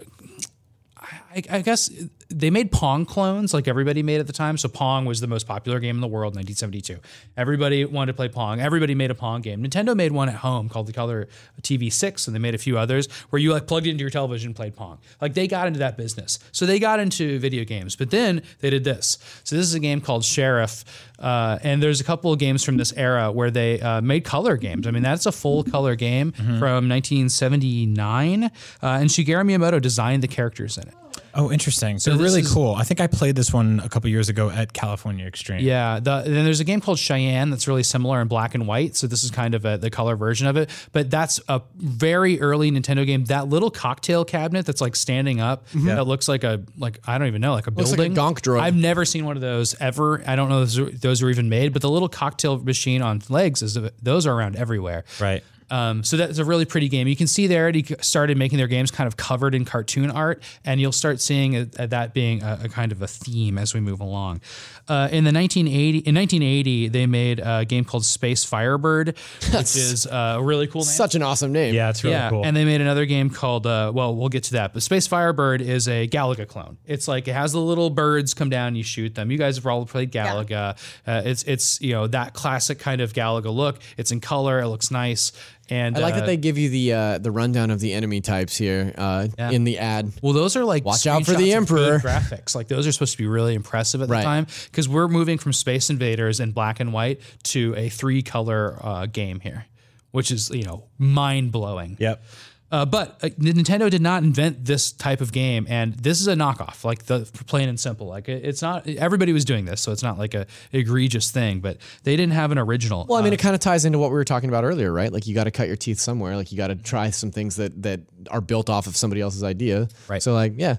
Speaker 1: I, I guess, they made Pong clones like everybody made at the time. So Pong was the most popular game in the world in 1972. Everybody wanted to play Pong. Everybody made a Pong game. Nintendo made one at home called the Color TV6, and they made a few others where you like plugged into your television and played Pong. Like they got into that business. So they got into video games. But then they did this. So this is a game called Sheriff. Uh, and there's a couple of games from this era where they uh, made color games. I mean, that's a full color game from 1979. Uh, and Shigeru Miyamoto designed the characters in it.
Speaker 4: Oh, interesting. So
Speaker 1: this
Speaker 4: really
Speaker 1: is-
Speaker 4: cool. I think I played this one a couple years ago at California Extreme.
Speaker 1: Yeah. The, then there's a game called Cheyenne that's really similar in black and white. So this is kind of a, the color version of it. But that's a very early Nintendo game. That little cocktail cabinet that's like standing up that looks like a like I don't even know like a
Speaker 2: Mm-hmm. Looks like a
Speaker 1: building.
Speaker 2: gonk droid.
Speaker 1: I've never seen one of those ever. I don't know if those, those were even made. But the little cocktail machine on legs is those are around everywhere.
Speaker 4: Right.
Speaker 1: Um, so that's a really pretty game. You can see they already started making their games kind of covered in cartoon art, and you'll start seeing it- uh, that being a, a kind of a theme as we move along. Uh, in the 1980, in 1980, they made a game called Space Firebird, which is uh, a really cool name.
Speaker 2: Such an awesome name.
Speaker 4: Yeah, it's really
Speaker 1: yeah,
Speaker 4: cool.
Speaker 1: and they made another game called uh, well, we'll get to that. But Space Firebird is a Galaga clone. It's like it has the little birds come down, you shoot them. You guys have all played Galaga. Uh, it's it's you know that classic kind of Galaga look. It's in color. It looks nice. And
Speaker 2: I like
Speaker 1: uh,
Speaker 2: that they give you the uh, the rundown of the enemy types here uh, in the ad.
Speaker 1: Well, those are like
Speaker 2: Watch out for
Speaker 1: screenshots
Speaker 2: the
Speaker 1: of good
Speaker 2: Emperor.
Speaker 1: graphics. Like those are supposed to be really impressive at the
Speaker 2: Right.
Speaker 1: time because we're moving from Space Invaders in black and white to a three color uh, game here, which is you know mind blowing.
Speaker 4: Yep.
Speaker 1: Uh, but uh, Nintendo did not invent this type of game, and this is a knockoff, like the plain and simple. Like it- it's not everybody was doing this, so it's not like a egregious thing. But they didn't have an original.
Speaker 2: Well, I mean, it kind of ties into what we were talking about earlier, right? Like you got to cut your teeth somewhere. Like you got to try some things that that are built off of somebody else's idea.
Speaker 1: Right.
Speaker 2: So like, yeah,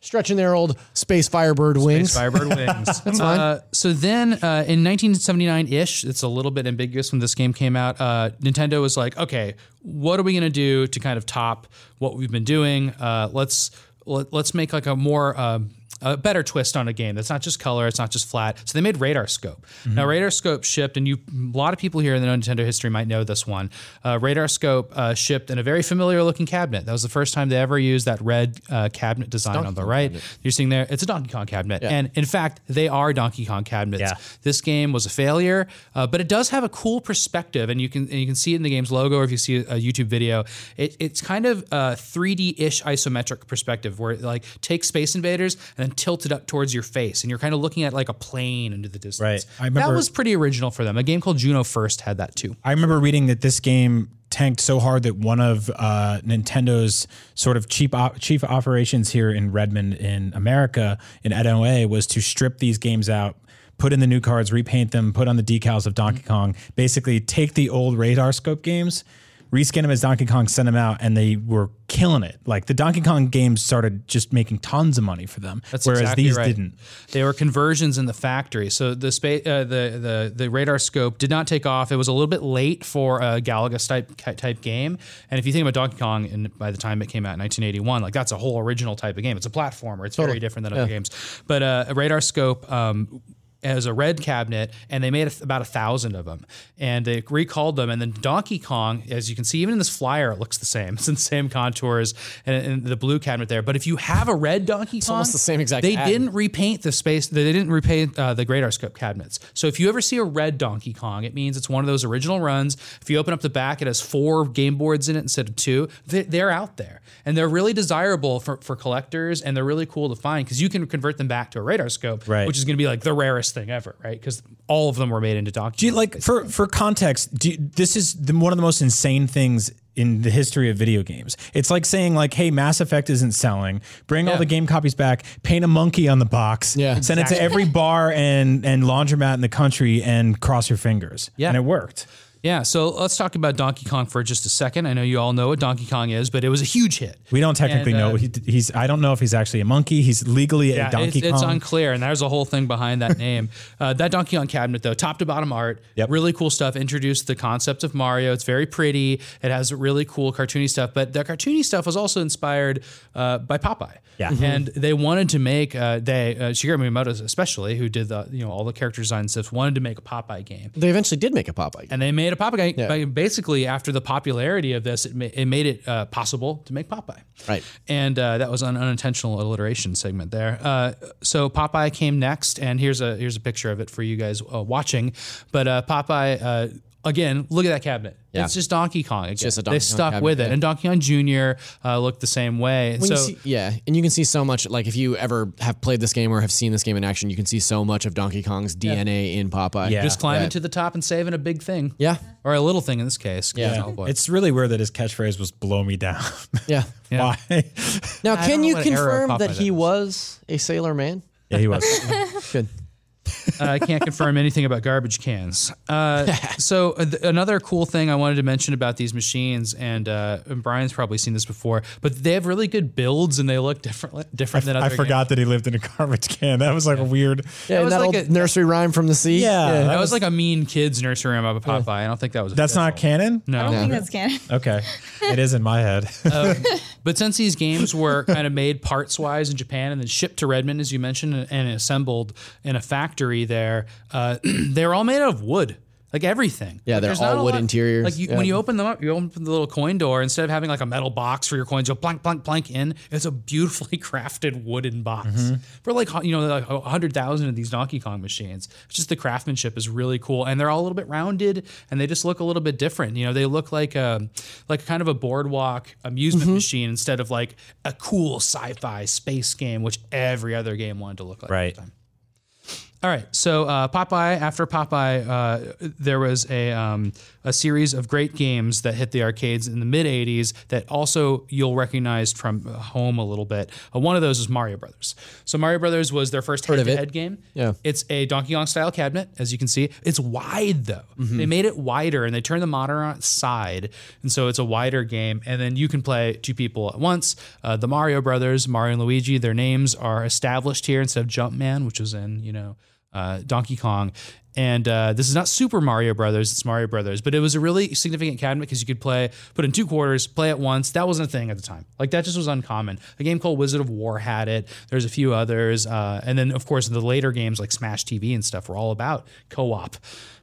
Speaker 2: stretching their old space firebird wings.
Speaker 1: Space Firebird wings. Uh, so then uh, in 1979 ish, it's a little bit ambiguous when this game came out. Uh, Nintendo was like, okay, what are we going to do to kind of top what we've been doing? Uh, let's let, let's make like a more um, a better twist on a game that's not just color, it's not just flat. So they made Radar Scope. Now Radar Scope shipped, and you a lot of people here in the Nintendo history might know this one. Uh, Radar Scope uh, shipped in a very familiar looking cabinet. That was the first time they ever used that red uh, cabinet design on the right. You're seeing there, it's a Donkey Kong cabinet, and in fact, they are Donkey Kong cabinets.
Speaker 4: Yeah.
Speaker 1: This game was a failure, uh, but it does have a cool perspective, and you can and you can see it in the game's logo, or if you see a YouTube video, it, it's kind of a 3D-ish isometric perspective where it like takes Space Invaders and and tilted up towards your face, and you're kind of looking at like a plane into the distance.
Speaker 4: Right. I
Speaker 1: that
Speaker 4: remember-
Speaker 1: was pretty original for them. A game called Juno First had that too.
Speaker 4: I remember reading that this game tanked so hard that one of uh, Nintendo's sort of cheap op- chief operations here in Redmond, in America, in NOA, was to strip these games out. Put in the new cards, repaint them, put on the decals of
Speaker 1: Mm-hmm.
Speaker 4: Donkey Kong. Basically, take the old radar scope games, reskin them as Donkey Kong, send them out, and they were killing it. Like the Donkey Kong games started just making tons of money for them,
Speaker 1: That's
Speaker 4: whereas
Speaker 1: exactly
Speaker 4: these
Speaker 1: right.
Speaker 4: didn't.
Speaker 1: They were conversions in the factory. So the space, uh, the the the radar scope did not take off. It was a little bit late for a Galaga type type game. And if you think about Donkey Kong, and by the time it came out in 1981, like that's a whole original type of game. It's a platformer. It's very different than other games. But uh, a radar scope. Um, as a red cabinet, and they made a th- about a thousand of them, and they recalled them. And then Donkey Kong, as you can see, even in this flyer, it looks the same. It's in the same contours and, and the blue cabinet there. But if you have a red Donkey Kong,
Speaker 2: almost the same exact
Speaker 1: They
Speaker 2: ad.
Speaker 1: didn't repaint the space. They didn't repaint uh, the radar scope cabinets. So if you ever see a red Donkey Kong, it means it's one of those original runs. If you open up the back, it has four game boards in it instead of two. They, they're out there, and they're really desirable for, for collectors, and they're really cool to find because you can convert them back to a radar scope,
Speaker 4: Right.
Speaker 1: which is going to be like the rarest thing ever, right? Because all of them were made into Donkey.
Speaker 4: Do you, like for for context? Do you- this is the, one of the most insane things in the history of video games. It's like saying like, "Hey, Mass Effect isn't selling. Bring all the game copies back. Paint a monkey on the box.
Speaker 2: Yeah.
Speaker 4: send it to every bar and and laundromat in the country, and cross your fingers.
Speaker 1: Yeah.
Speaker 4: and it worked.
Speaker 1: Yeah, so let's talk about Donkey Kong for just a second. I know you all know what Donkey Kong is, but it was a huge hit.
Speaker 4: We don't technically
Speaker 1: And, uh,
Speaker 4: know he, he's. I don't know if he's actually a monkey. He's legally a
Speaker 1: Yeah,
Speaker 4: Donkey
Speaker 1: it's,
Speaker 4: Kong.
Speaker 1: it's unclear, and there's a whole thing behind that name. uh, that Donkey Kong cabinet, though, top to bottom art,
Speaker 4: Yep.
Speaker 1: really cool stuff. Introduced the concept of Mario. It's very pretty. It has really cool cartoony stuff, but the cartoony stuff was also inspired uh, by Popeye.
Speaker 4: Yeah.
Speaker 1: and they wanted to make uh, they uh, Shigeru Miyamoto especially, who did the you know all the character design and stuff, wanted to make a Popeye game.
Speaker 2: They eventually did make a Popeye.
Speaker 1: And they made a Popeye. game. By- Basically, after the popularity of this, it, ma- it made it uh, possible to make Popeye.
Speaker 2: Right.
Speaker 1: And uh, that was an unintentional alliteration segment there. Uh, so Popeye came next, and here's a here's a picture of it for you guys uh, watching. But uh, Popeye, uh, again, look at that cabinet.
Speaker 2: Yeah.
Speaker 1: It's just Donkey Kong. Again.
Speaker 2: just a
Speaker 1: they
Speaker 2: Donkey Kong
Speaker 1: stuck
Speaker 2: cabinet,
Speaker 1: with it,
Speaker 2: yeah.
Speaker 1: and Donkey Kong Jr. Uh, looked the same way.
Speaker 2: When
Speaker 1: so
Speaker 2: you see- yeah, and you can see so much. Like if you ever have played this game or have seen this game in action, you can see so much of Donkey Kong's DNA in Popeye.
Speaker 4: Yeah.
Speaker 1: just climbing
Speaker 2: Right.
Speaker 1: to the top and saving a big thing.
Speaker 2: Yeah.
Speaker 1: Or a little thing in this case. Oh, 'cause
Speaker 2: Yeah.
Speaker 1: it's Hellboy.
Speaker 4: It's really weird that his catchphrase was "blow me down."
Speaker 2: yeah.
Speaker 4: Why?
Speaker 2: Now,
Speaker 1: don't
Speaker 2: can
Speaker 1: know
Speaker 2: you
Speaker 1: what era
Speaker 2: confirm
Speaker 1: Popeye
Speaker 2: that he
Speaker 1: that
Speaker 2: was a sailor man?
Speaker 4: yeah, he was.
Speaker 2: Good.
Speaker 1: Uh, I can't confirm anything about garbage cans. Uh, so uh, th- another cool thing I wanted to mention about these machines, and, uh, and Brian's probably seen this before, but they have really good builds and they look different different than other.
Speaker 4: I forgot that he lived in a garbage can. That was like a weird.
Speaker 2: Yeah, and
Speaker 1: was
Speaker 2: that
Speaker 1: like
Speaker 2: old
Speaker 1: a-
Speaker 2: nursery rhyme from the sea.
Speaker 4: Yeah,
Speaker 1: Games.
Speaker 4: that
Speaker 1: That was like a mean kids nursery rhyme about Popeye. I don't think that was.
Speaker 4: That's not
Speaker 1: official.
Speaker 4: canon.
Speaker 3: I
Speaker 1: No.
Speaker 3: don't think that's canon.
Speaker 4: Okay, it is in my head.
Speaker 1: But since these games were kind of made parts wise in Japan and then shipped to Redmond, as you mentioned, and, and assembled in a factory there, uh, they were all made out of wood. Like everything.
Speaker 2: Yeah,
Speaker 1: Like,
Speaker 2: they're
Speaker 1: there's not
Speaker 2: all
Speaker 1: a
Speaker 2: wood
Speaker 1: lot-
Speaker 2: interiors.
Speaker 1: Like you,
Speaker 2: Yeah.
Speaker 1: when you open them up, you open the little coin door. Instead of having like a metal box for your coins, you'll blank, blank, blank in. It's a beautifully crafted wooden box for like you know like a hundred thousand of these Donkey Kong machines. It's just the craftsmanship is really cool, and they're all a little bit rounded, and they just look a little bit different. You know, they look like a like kind of a boardwalk amusement machine instead of like a cool sci-fi space game, which every other game wanted to look like.
Speaker 4: Right.
Speaker 1: All right. So uh, Popeye, after Popeye, uh, there was a um, a series of great games that hit the arcades in the mid '80s that also you'll recognize from uh, home a little bit. Uh, one of those is Mario Brothers. So Mario Brothers was their first
Speaker 2: of it.
Speaker 1: head-to-head game.
Speaker 2: Yeah.
Speaker 1: It's a Donkey Kong style cabinet, as you can see. It's wide though.
Speaker 2: Mm-hmm.
Speaker 1: They made it wider and they turned the monitor on its side, and so it's a wider game. And then you can play two people at once. Uh, the Mario Brothers, Mario and Luigi, their names are established here instead of Jumpman, which was in you know uh, Donkey Kong. And uh, this is not Super Mario Brothers; it's Mario Brothers. But it was a really significant cabinet because you could play, put in two quarters, play at once. That wasn't a thing at the time. Like that just was uncommon. A game called Wizard of War had it. There's a few others, uh, and then of course the later games like Smash TV and stuff were all about co-op.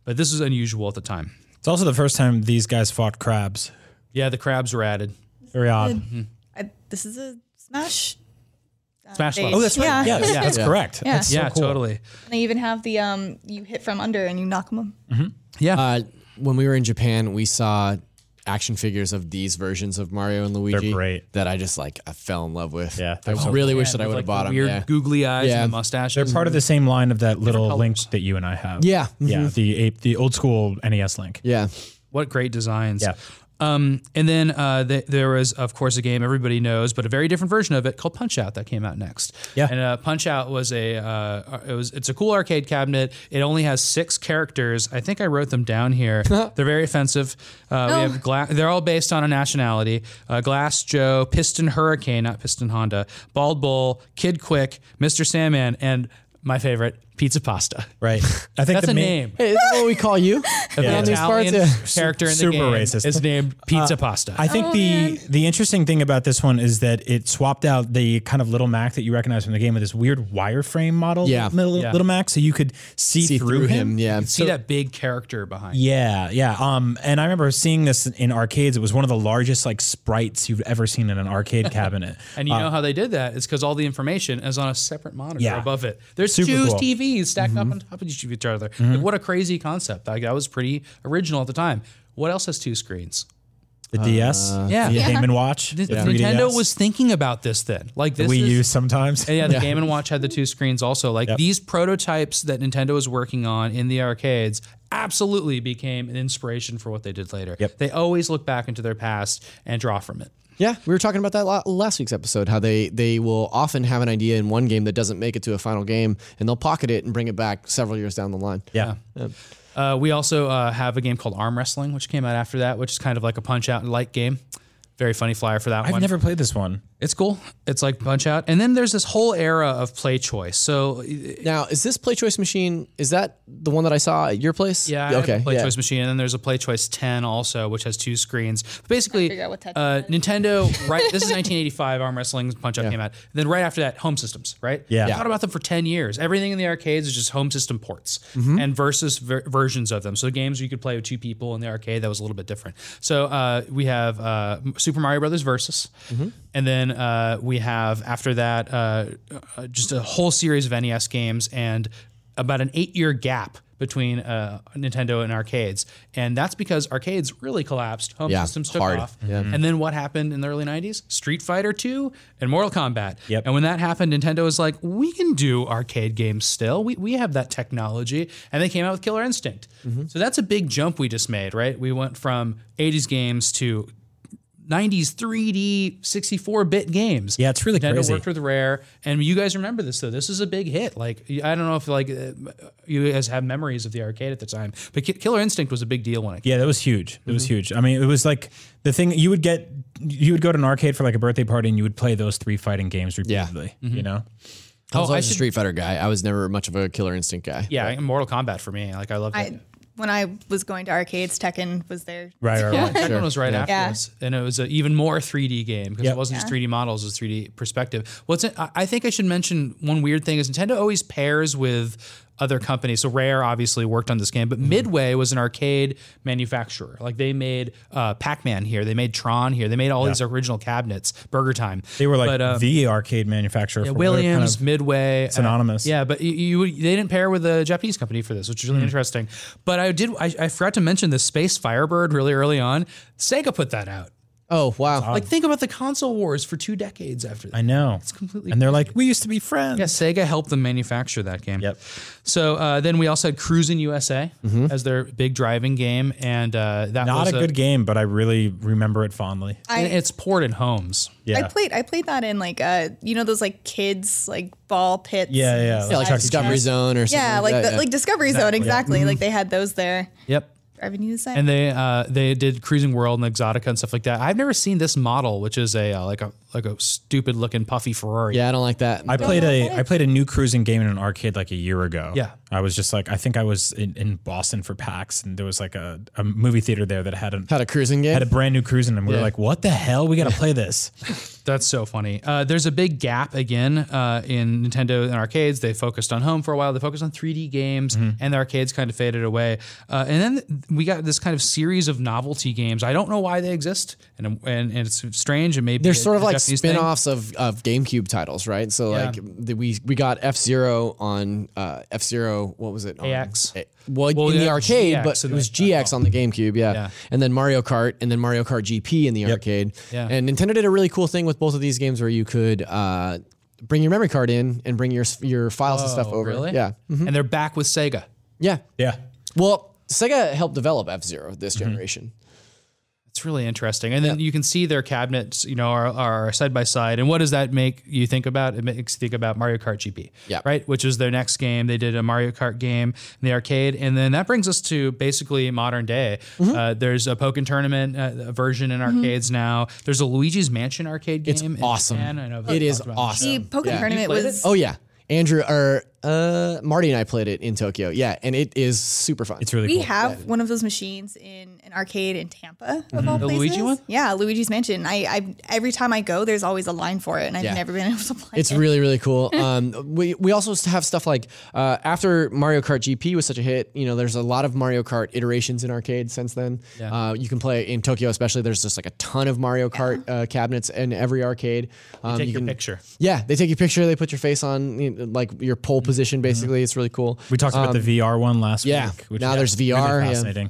Speaker 1: But this was unusual at the time.
Speaker 4: It's also the first time these guys fought crabs.
Speaker 1: Yeah, the crabs were added.
Speaker 4: Very odd.
Speaker 3: I, this is a smash.
Speaker 1: Smash
Speaker 3: They-
Speaker 1: Love.
Speaker 4: Oh, that's right.
Speaker 3: Yeah.
Speaker 4: Yeah, that's correct.
Speaker 3: Yeah.
Speaker 4: That's so
Speaker 1: yeah,
Speaker 4: cool.
Speaker 1: totally.
Speaker 3: They even have the um, you hit from under and you knock them.
Speaker 1: Yeah,
Speaker 2: Uh, when we were in Japan, we saw action figures of these versions of Mario and Luigi.
Speaker 4: great.
Speaker 2: that I just like I fell in love with. I
Speaker 4: Yeah, they're so
Speaker 2: really
Speaker 4: cool.
Speaker 2: wish that I would have
Speaker 1: like
Speaker 2: bought
Speaker 1: the
Speaker 2: them.
Speaker 1: weird
Speaker 2: Yeah,
Speaker 1: googly eyes
Speaker 2: Yeah.
Speaker 1: and the mustaches.
Speaker 4: They're part of the same line of that little link that you and I have.
Speaker 2: Yeah. Mm-hmm.
Speaker 4: Yeah. The ape, the old school NES link.
Speaker 2: yeah.
Speaker 1: What great designs.
Speaker 4: Yeah.
Speaker 1: Um, and then uh, th- there was, of course, a game everybody knows, but a very different version of it called Punch Out that came out next.
Speaker 4: Yeah.
Speaker 1: And uh, Punch Out was a uh, it was it's a cool arcade cabinet. It only has six characters. I think I wrote them down here. they're very offensive. Uh, We have gla- they're all based on a nationality: uh, Glass Joe, Piston Hurricane, not Piston Honda, Bald Bull, Kid Quick, Mister Sandman, and my favorite, Pizza Pasta.
Speaker 4: Right. I think
Speaker 1: That's
Speaker 4: the
Speaker 1: a
Speaker 4: main,
Speaker 1: name.
Speaker 2: Hey, is that what we call you?
Speaker 1: The
Speaker 2: On these parts,
Speaker 1: Italian
Speaker 2: yeah.
Speaker 1: character in the
Speaker 4: Super
Speaker 1: game
Speaker 4: racist. Uh,
Speaker 1: is named Pizza Pasta.
Speaker 4: I think the the interesting thing about this one is that it swapped out the kind of little Mac that you recognize from the game with this weird wireframe model,
Speaker 2: Yeah.
Speaker 4: little,
Speaker 1: Yeah.
Speaker 4: little Mac, so you could see,
Speaker 2: See through him. Yeah.
Speaker 1: see that big character behind.
Speaker 4: Yeah, yeah. Um, and I remember seeing this in arcades. It was one of the largest like sprites you've ever seen in an arcade cabinet.
Speaker 1: And you know how they did that? It's because all the information is on a separate monitor
Speaker 4: Uh. Yeah.
Speaker 1: above it. There's
Speaker 4: Super
Speaker 1: two
Speaker 4: cool. Mm-hmm.
Speaker 1: TVs stacked up on top of each other. Like, what a crazy concept. Like, that was pretty original at the time. What else has two screens?
Speaker 4: The DS,
Speaker 1: Yeah.
Speaker 4: the
Speaker 1: Yeah.
Speaker 4: Game and Watch,
Speaker 1: This-
Speaker 4: the
Speaker 1: Nintendo
Speaker 4: 3DS,
Speaker 1: was thinking about this then. Like
Speaker 4: the
Speaker 1: this
Speaker 4: Wii
Speaker 1: is-
Speaker 4: U sometimes.
Speaker 1: And yeah, the Game and Watch had the two screens also. Like these prototypes that Nintendo was working on in the arcades absolutely became an inspiration for what they did later.
Speaker 4: Yep.
Speaker 1: They always look back into their past and draw from it.
Speaker 2: Yeah, we were talking about that la- last week's episode. How they they will often have an idea in one game that doesn't make it to a final game, and they'll pocket it and bring it back several years down the line.
Speaker 4: Yeah.
Speaker 1: Uh, we also uh, have a game called Arm Wrestling, which came out after that, which is kind of like a punch out and light game. Very funny flyer for that
Speaker 4: I've
Speaker 1: one.
Speaker 4: never played this one.
Speaker 1: it's cool. It's like punch out. And then there's this whole era of play choice. So
Speaker 2: Now, is this Play Choice machine? Is that the one that I saw at your place?
Speaker 1: Yeah, I have
Speaker 2: Okay.
Speaker 1: a Play
Speaker 2: yeah.
Speaker 1: Choice machine, and then there's a Play Choice 10 also, which has two screens. But basically,
Speaker 3: figure out what touch
Speaker 1: uh, Nintendo. Right, this is 1985. Arm Wrestling Punch Out came out. And then right after that, home systems. Right.
Speaker 4: Yeah.
Speaker 1: Thought about them for 10 years. Everything in the arcades is just home system ports
Speaker 2: Mm-hmm.
Speaker 1: and versus ver- versions of them. So games you could play with two people in the arcade that was a little bit different. So uh, we have uh, Super Mario Brothers versus,
Speaker 2: Mm-hmm.
Speaker 1: and then uh, we have after that uh, uh, just a whole series of NES games and about an eight year gap between uh, Nintendo and arcades. And that's because arcades really collapsed. Home
Speaker 2: Yeah,
Speaker 1: systems took
Speaker 2: hard.
Speaker 1: off. And then what happened in the early 90s? Street Fighter 2 and Mortal Kombat.
Speaker 4: Yep.
Speaker 1: And when that happened, Nintendo was like, we can do arcade games still. We, we have that technology. And they came out with Killer Instinct.
Speaker 4: Mm-hmm.
Speaker 1: So that's a big jump we just made, right? We went from 80s games to 90s 3D 64 bit games.
Speaker 4: Yeah, it's really
Speaker 1: Nintendo
Speaker 4: crazy.
Speaker 1: worked with Rare, and you guys remember this though. This is a big hit. Like I don't know if like uh, you guys have memories of the arcade at the time, but Ki- Killer Instinct was a big deal when it came.
Speaker 4: Yeah, that was huge. It
Speaker 1: Mm-hmm.
Speaker 4: was huge. I mean, it was like the thing you would get. You would go to an arcade for like a birthday party, and you would play those three fighting games repeatedly.
Speaker 1: Mm-hmm.
Speaker 4: You know,
Speaker 2: I was
Speaker 1: Oh, I
Speaker 2: always a
Speaker 1: should-
Speaker 2: Street Fighter guy. I was never much of a Killer Instinct guy.
Speaker 1: Yeah, and Mortal Kombat for me. Like I love that.
Speaker 3: I, when I was going to arcades, Tekken was there.
Speaker 4: right? Right. right.
Speaker 1: That one was right after
Speaker 3: Yeah.
Speaker 1: us, and it was an even more 3D game because
Speaker 4: Yep.
Speaker 1: it wasn't just 3D models; it was 3D perspective. What's it, I I think I should mention one weird thing is Nintendo always pairs with other companies. So Rare obviously worked on this game,
Speaker 4: Mm-hmm.
Speaker 1: but Midway was an arcade manufacturer. Like they made uh, Pac-Man here, they made Tron here, they made all these original cabinets. Burger Time.
Speaker 4: They were like
Speaker 1: But, um,
Speaker 4: the arcade manufacturer. for what they're kind
Speaker 1: Williams,
Speaker 4: of-
Speaker 1: Midway,
Speaker 4: synonymous. Hmm.
Speaker 1: uh, yeah, but you, you they didn't pair with a Japanese company for this, which is really interesting. But I did I, I forgot to mention the Space Firebird really early on. Sega put that out.
Speaker 2: Oh wow.
Speaker 1: Like think about the console wars for two decades after that.
Speaker 4: I know. It's
Speaker 1: completely
Speaker 4: And they're like, we used to be friends.
Speaker 1: Yeah, Sega helped them manufacture that game.
Speaker 4: Yep. Mm-hmm.
Speaker 1: So uh, then we also had Cruisin' USA as their big driving game, and uh, that
Speaker 4: Not
Speaker 1: was
Speaker 4: a good game, but I really remember it fondly.
Speaker 1: and It's ported homes.
Speaker 4: Yeah.
Speaker 3: I played I played that in like uh you know those like kids like ball pits.
Speaker 4: Yeah,
Speaker 3: and
Speaker 4: yeah,
Speaker 3: stuff
Speaker 2: Yeah, like
Speaker 4: Chuck E.
Speaker 2: Discovery
Speaker 4: Cheese.
Speaker 2: Zone or something.
Speaker 3: Yeah, like
Speaker 2: that,
Speaker 3: the, like Discovery Zone, exactly. Like they had those there.
Speaker 1: Yep.
Speaker 3: Driving you
Speaker 1: and they uh, they did Cruising World and Exotica and stuff like that. I've never seen this model, which is a uh, like a like a stupid looking puffy Ferrari.
Speaker 2: yeah, I don't like that.
Speaker 4: I played a I played a new cruising game in an arcade like a year ago.
Speaker 1: Yeah.
Speaker 4: I was just like I think I was in, in Boston for PAX and there was like a, a movie theater there that had a
Speaker 2: had a cruising game.
Speaker 4: had a brand new cruising and we were like, what the hell? We gotta play this.
Speaker 1: That's so funny. Uh, there's a big gap again uh, in Nintendo and arcades. They focused on home for a while. They focused on 3D games,
Speaker 2: Mm-hmm.
Speaker 1: and the arcades kind of faded away. Uh, and then we got this kind of series of novelty games. I don't know why they exist, and and, and it's strange. And maybe
Speaker 2: They're
Speaker 1: it's
Speaker 2: sort of
Speaker 1: a
Speaker 2: like
Speaker 1: Japanese thing.
Speaker 2: spin-offs of, of GameCube titles, right? So like the, we we got F Zero on uh, F Zero. What was it? On,
Speaker 1: AX.
Speaker 2: eh, Well,
Speaker 1: Well,
Speaker 2: in the
Speaker 1: yeah,
Speaker 2: arcade,
Speaker 1: GX
Speaker 2: but it
Speaker 1: and
Speaker 2: was
Speaker 1: like that.
Speaker 2: GX on the GameCube, yeah. And then Mario Kart, and then Mario Kart GP in the arcade.
Speaker 1: Yeah.
Speaker 2: And Nintendo did a really cool thing with both of these games where you could uh, bring your memory card in and bring your your files and stuff
Speaker 1: Oh,
Speaker 2: over.
Speaker 1: really?
Speaker 2: Yeah. Mm-hmm.
Speaker 1: And they're back with Sega.
Speaker 2: Yeah.
Speaker 4: Yeah.
Speaker 2: Well, Sega helped develop F Zero this
Speaker 1: Mm-hmm.
Speaker 2: generation.
Speaker 1: It's really interesting. And then you can see their cabinets, you know, are, are side by side. And what does that make you think about? It makes you think about Mario Kart GP,
Speaker 2: Yeah.
Speaker 1: right? Which is their next game. They did a Mario Kart game in the arcade. And then that brings us to basically modern day.
Speaker 2: Mm-hmm.
Speaker 1: Uh, there's a Pokken tournament uh, version in arcades now. There's a Luigi's Mansion arcade game.
Speaker 2: It's
Speaker 1: in
Speaker 2: awesome.
Speaker 1: Japan. I know
Speaker 2: It
Speaker 1: we've
Speaker 2: is
Speaker 1: talked about this.
Speaker 2: awesome.
Speaker 3: The Pokemon tournament
Speaker 1: played
Speaker 3: was
Speaker 2: Oh yeah, Andrew or uh, Marty and I played it in Tokyo. Yeah, and it is super fun.
Speaker 4: It's really
Speaker 3: we
Speaker 4: cool.
Speaker 3: have one of those machines in an arcade in Tampa of all
Speaker 1: Mm-hmm. The
Speaker 3: places.
Speaker 1: Luigi one?
Speaker 3: Yeah, Luigi's Mansion. I, I every time I go, there's always a line for it, and I've
Speaker 2: Yeah.
Speaker 3: never been able to play.
Speaker 2: It's
Speaker 3: it.
Speaker 2: really really cool. Um, we we also have stuff like uh, after Mario Kart GP was such a hit. You know, there's a lot of Mario Kart iterations in arcades since then. Uh, you can play in Tokyo, especially. There's just like a ton of Mario Kart uh, cabinets in every arcade. Um,
Speaker 1: Take
Speaker 2: you
Speaker 1: your
Speaker 2: can-
Speaker 1: picture.
Speaker 2: Yeah, they take your picture. They put your face on you know, like your pole position. Basically, it's really cool.
Speaker 4: Mm-hmm.
Speaker 2: Um,
Speaker 4: We talked about the VR one last
Speaker 2: yeah.
Speaker 4: week. Which
Speaker 2: Now
Speaker 4: is
Speaker 2: there's
Speaker 4: really
Speaker 2: VR, yeah.
Speaker 4: fascinating.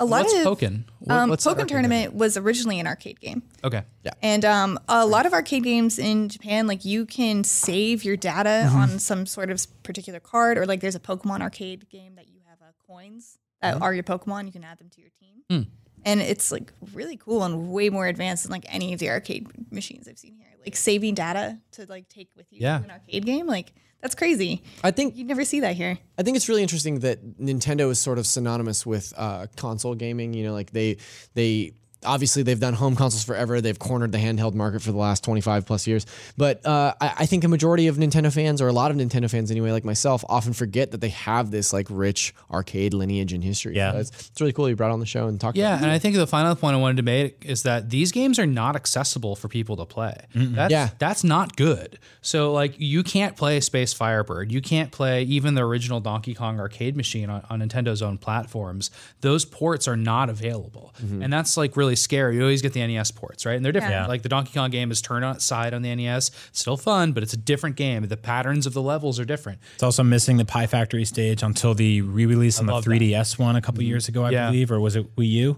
Speaker 3: a lot
Speaker 1: What's
Speaker 3: of
Speaker 1: Pokken? What-
Speaker 3: Um,
Speaker 1: what's the
Speaker 3: Pokemon
Speaker 1: arcade
Speaker 3: tournament was originally an arcade game.
Speaker 1: game? Okay. Yeah.
Speaker 3: And um, a lot of arcade games in Japan, like you can save your data
Speaker 2: Mm-hmm.
Speaker 3: on some sort of particular card, or like there's a Pokemon arcade game that you have uh, coins that
Speaker 2: Mm-hmm.
Speaker 3: are your Pokemon. You can add them to your team,
Speaker 2: Hmm.
Speaker 3: and it's like really cool and way more advanced than like any of the arcade machines I've seen here. Like saving data to like take with you
Speaker 1: Yeah.
Speaker 3: to an arcade game, like that's crazy.
Speaker 2: I think
Speaker 3: You'd never see that here.
Speaker 2: I think it's really interesting that Nintendo is sort of synonymous with uh, console gaming. You know, like they they obviously they've done home consoles forever. They've cornered the handheld market for the last twenty five plus years. But uh, I, I think a majority of Nintendo fans, or a lot of Nintendo fans anyway, like myself, often forget that they have this like rich arcade lineage and history.
Speaker 4: Yeah.
Speaker 2: So it's, it's really cool you brought on the show and talked.
Speaker 1: Yeah,
Speaker 2: about
Speaker 1: and I think the final point I wanted to make is that these games are not accessible for people to play. That's,
Speaker 2: Yeah.
Speaker 1: that's not good. So like you can't play Space Firebird, you can't play even the original Donkey Kong arcade machine on, on Nintendo's own platforms. Those ports are not available, and that's like really scary. You always get the NES ports, right? And they're different.
Speaker 3: Yeah.
Speaker 1: Like the Donkey Kong game is turn side on the NES, it's still fun, but it's a different game. The patterns of the levels are different.
Speaker 4: It's also missing the Pie Factory stage until the re-release on the 3DS one a couple years ago, I
Speaker 1: Mm-hmm. Yeah.
Speaker 4: believe, or was it Wii U?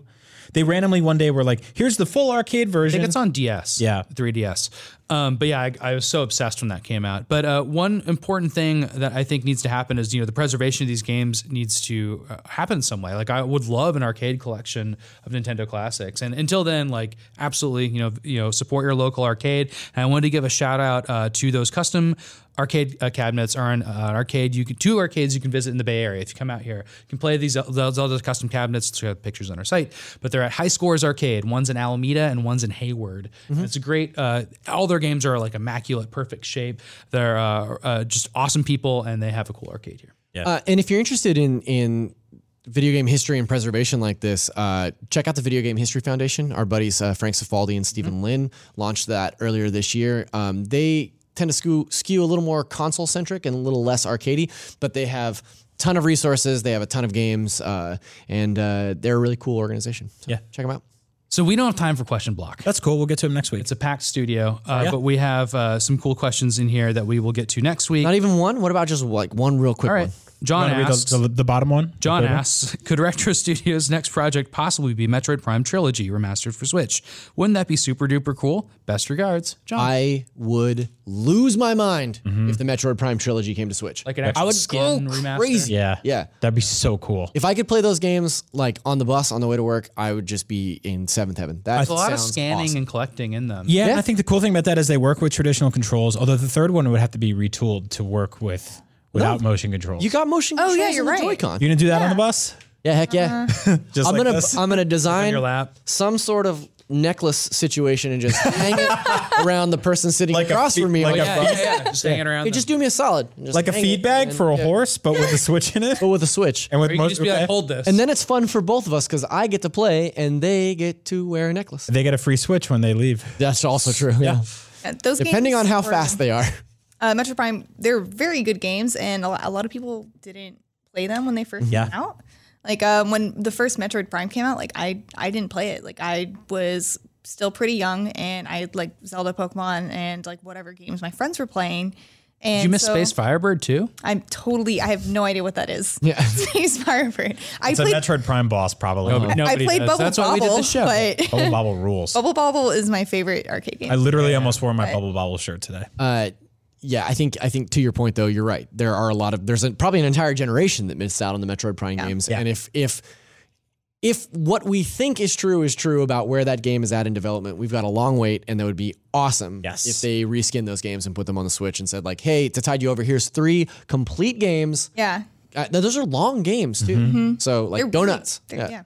Speaker 4: They randomly one day were like, "Here's the full arcade
Speaker 1: I
Speaker 4: version."
Speaker 1: think it's on DS.
Speaker 4: Yeah.
Speaker 1: 3DS. Um, but yeah, I, I was so obsessed when that came out. But uh, one important thing that I think needs to happen is, you know, the preservation of these games needs to uh, happen some way. Like, I would love an arcade collection of Nintendo classics. And until then, like, absolutely, you know, you know, support your local arcade. And I wanted to give a shout out uh, to those custom arcade uh, cabinets are an, uh, an arcade. You can two arcades you can visit in the Bay Area if you come out here. You can play these Zel- Zelda custom cabinets. We have pictures on our site, but they're at High Scores Arcade. One's in Alameda and one's in Hayward. And it's a great. Uh, all their games are like immaculate, perfect shape. They're uh, uh, just awesome people, and they have a cool arcade here.
Speaker 2: Uh, and if you're interested in in video game history and preservation like this, uh, check out the Video Game History Foundation. Our buddies uh, Frank Cifaldi and Stephen
Speaker 1: Mm-hmm.
Speaker 2: Lin launched that earlier this year. Um, they tend to skew, skew a little more console centric and a little less arcadey, but they have ton of resources. They have a ton of games, uh, and uh, they're a really cool organization. So
Speaker 4: Yeah.
Speaker 2: check them out.
Speaker 1: So we don't have time for question block.
Speaker 4: That's cool. We'll get to him next week.
Speaker 1: It's a packed studio, uh,
Speaker 4: Yeah.
Speaker 1: but we have uh, some cool questions in here that we will get to next week.
Speaker 2: Not even one. What about just like one real quick
Speaker 1: all
Speaker 2: one?
Speaker 1: right, John
Speaker 4: Wanna read
Speaker 1: asks.
Speaker 4: the, the, the bottom one.
Speaker 1: John
Speaker 4: The third one?
Speaker 1: asks, could Retro Studios' next project possibly be Metroid Prime Trilogy remastered for Switch? Wouldn't that be super duper cool? Best regards, John.
Speaker 2: I would lose my mind if the Metroid Prime trilogy came to Switch.
Speaker 1: Mm-hmm. like an actual
Speaker 2: I would
Speaker 1: skin
Speaker 2: go
Speaker 1: remaster.
Speaker 2: crazy.
Speaker 4: Yeah.
Speaker 2: Yeah.
Speaker 4: That'd be so cool.
Speaker 2: If I could play those games like on the bus on the way to work, I would just be in seventh heaven. That's
Speaker 1: There's a lot of scanning and collecting in them.
Speaker 4: Yeah,
Speaker 2: Yeah.
Speaker 4: and I think the cool thing about that is they work with traditional controls, although the third one would have to be retooled to work with without motion controls.
Speaker 2: You got motion controls
Speaker 3: Oh, yeah,
Speaker 2: on
Speaker 3: you're
Speaker 2: the
Speaker 3: right. Uh-huh.
Speaker 2: Joy-Con.
Speaker 4: You gonna do that on the bus?
Speaker 2: yeah, heck yeah.
Speaker 4: Just
Speaker 2: I'm
Speaker 4: like
Speaker 2: gonna
Speaker 4: this?
Speaker 2: I'm gonna design
Speaker 1: your lap.
Speaker 2: some sort of necklace situation and just hang it around the person sitting
Speaker 4: Like a
Speaker 2: across
Speaker 4: fe-
Speaker 2: from me.
Speaker 4: like a
Speaker 2: Like,
Speaker 1: yeah,
Speaker 4: fe-
Speaker 1: yeah, yeah. Just hanging around.
Speaker 2: hey, just do me a solid. and just
Speaker 4: like a
Speaker 2: hang
Speaker 4: feed
Speaker 2: it
Speaker 4: bag
Speaker 2: and-
Speaker 4: for a
Speaker 2: yeah,
Speaker 4: horse, but with a switch in it,
Speaker 2: but with a switch.
Speaker 4: and with
Speaker 1: them. Or you can
Speaker 4: most
Speaker 1: just be like,
Speaker 4: okay.
Speaker 1: hold this.
Speaker 2: And then it's fun for both of us because I get to play and they get to wear a necklace.
Speaker 4: they get a free switch when they leave.
Speaker 2: That's also true. Yeah.
Speaker 3: Yeah, Uh, those
Speaker 2: Depending
Speaker 3: games
Speaker 2: on how
Speaker 3: were-
Speaker 2: fast they are.
Speaker 3: uh, Metro Prime, they're very good games, and a lot, a lot of people didn't play them when they first
Speaker 4: Yeah.
Speaker 3: came out. Like um, when the first Metroid Prime came out, like I I didn't play it. Like I was still pretty young, and I had, like Zelda, Pokemon, and like whatever games my friends were playing. And
Speaker 1: Did you miss
Speaker 3: so
Speaker 1: Space Firebird too?
Speaker 3: I'm totally. I have no idea what that is.
Speaker 2: Yeah.
Speaker 3: Space Firebird. I
Speaker 4: It's a
Speaker 3: played.
Speaker 4: Metroid Prime boss, probably.
Speaker 1: Nobody-
Speaker 3: I
Speaker 1: nobody
Speaker 3: played
Speaker 1: does.
Speaker 3: Bubble
Speaker 1: That's why
Speaker 3: Bobble,
Speaker 1: we did the show.
Speaker 3: but
Speaker 4: Bubble Bobble rules.
Speaker 3: Bubble Bobble is my favorite arcade game.
Speaker 4: I literally almost wore my Bubble Bobble shirt today.
Speaker 2: Uh, yeah, I think I think to your point though, you're right. There are a lot of there's a, probably an entire generation that missed out on the Metroid Prime games, and if if if what we think is true is true about where that game is at in development, we've got a long wait, and that would be awesome
Speaker 4: Yes.
Speaker 2: if they reskin those games and put them on the Switch and said like, hey, to tide you over, here's three complete games.
Speaker 3: yeah.
Speaker 2: Uh, now, those are long games too, so like go nuts.
Speaker 3: Mm-hmm. They're-
Speaker 2: Yeah.
Speaker 3: yeah.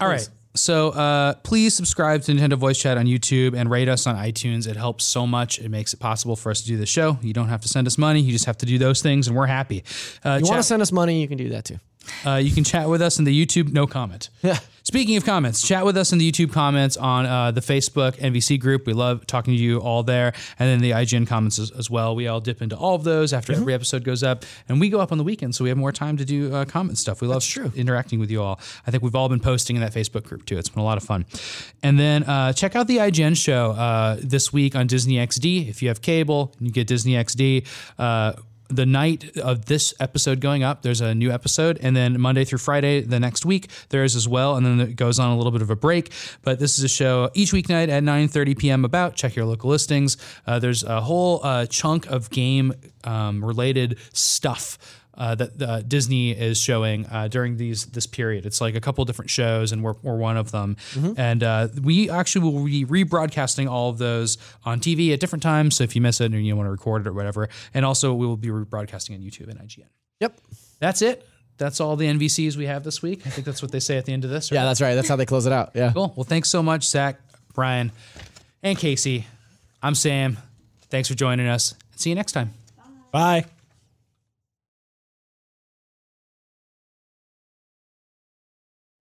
Speaker 1: All right. So uh, please subscribe to Nintendo Voice Chat on YouTube and rate us on iTunes. It helps so much. It makes it possible for us to do the show. You don't have to send us money. You just have to do those things, and we're happy. Uh,
Speaker 2: You want to
Speaker 1: chat,
Speaker 2: send us money? You can do that too.
Speaker 1: uh, you can chat with us in the YouTube no comment. Yeah. Speaking of comments, chat with us in the YouTube comments on uh, the Facebook NVC group. We love talking to you all there, and then the IGN comments as, as well. We all dip into all of those after every episode goes up, and we go up on the weekend, so we have more time to do uh, comment stuff. We love true. interacting with you all. I think we've all been posting in that Facebook group too. It's been a lot of fun. And then uh, check out the IGN show uh, this week on Disney XD. If you have cable, you get Disney XD. Uh, the night of this episode going up, there's a new episode, and then Monday through Friday the next week there is as well, and then it goes on a little bit of a break. But this is a show each weeknight at 9:30 p.m. About check your local listings. Uh, there's a whole uh, chunk of game um, related stuff. Uh, that uh, Disney is showing uh, during these this period. It's like a couple different shows, and we're, we're one of them.
Speaker 2: Mm-hmm.
Speaker 1: And uh, we actually will be rebroadcasting all of those on TV at different times. So if you miss it and you want to record it or whatever, and also we will be rebroadcasting on YouTube and IGN.
Speaker 2: Yep.
Speaker 1: That's it. That's all the NVCs we have this week. I think that's what they say at the end of this. right?
Speaker 2: Yeah, that's right. That's how they close it out. Yeah.
Speaker 1: Cool. Well, thanks so much, Zach, Brian, and Casey. I'm Sam. Thanks for joining us. See you next time.
Speaker 4: Bye.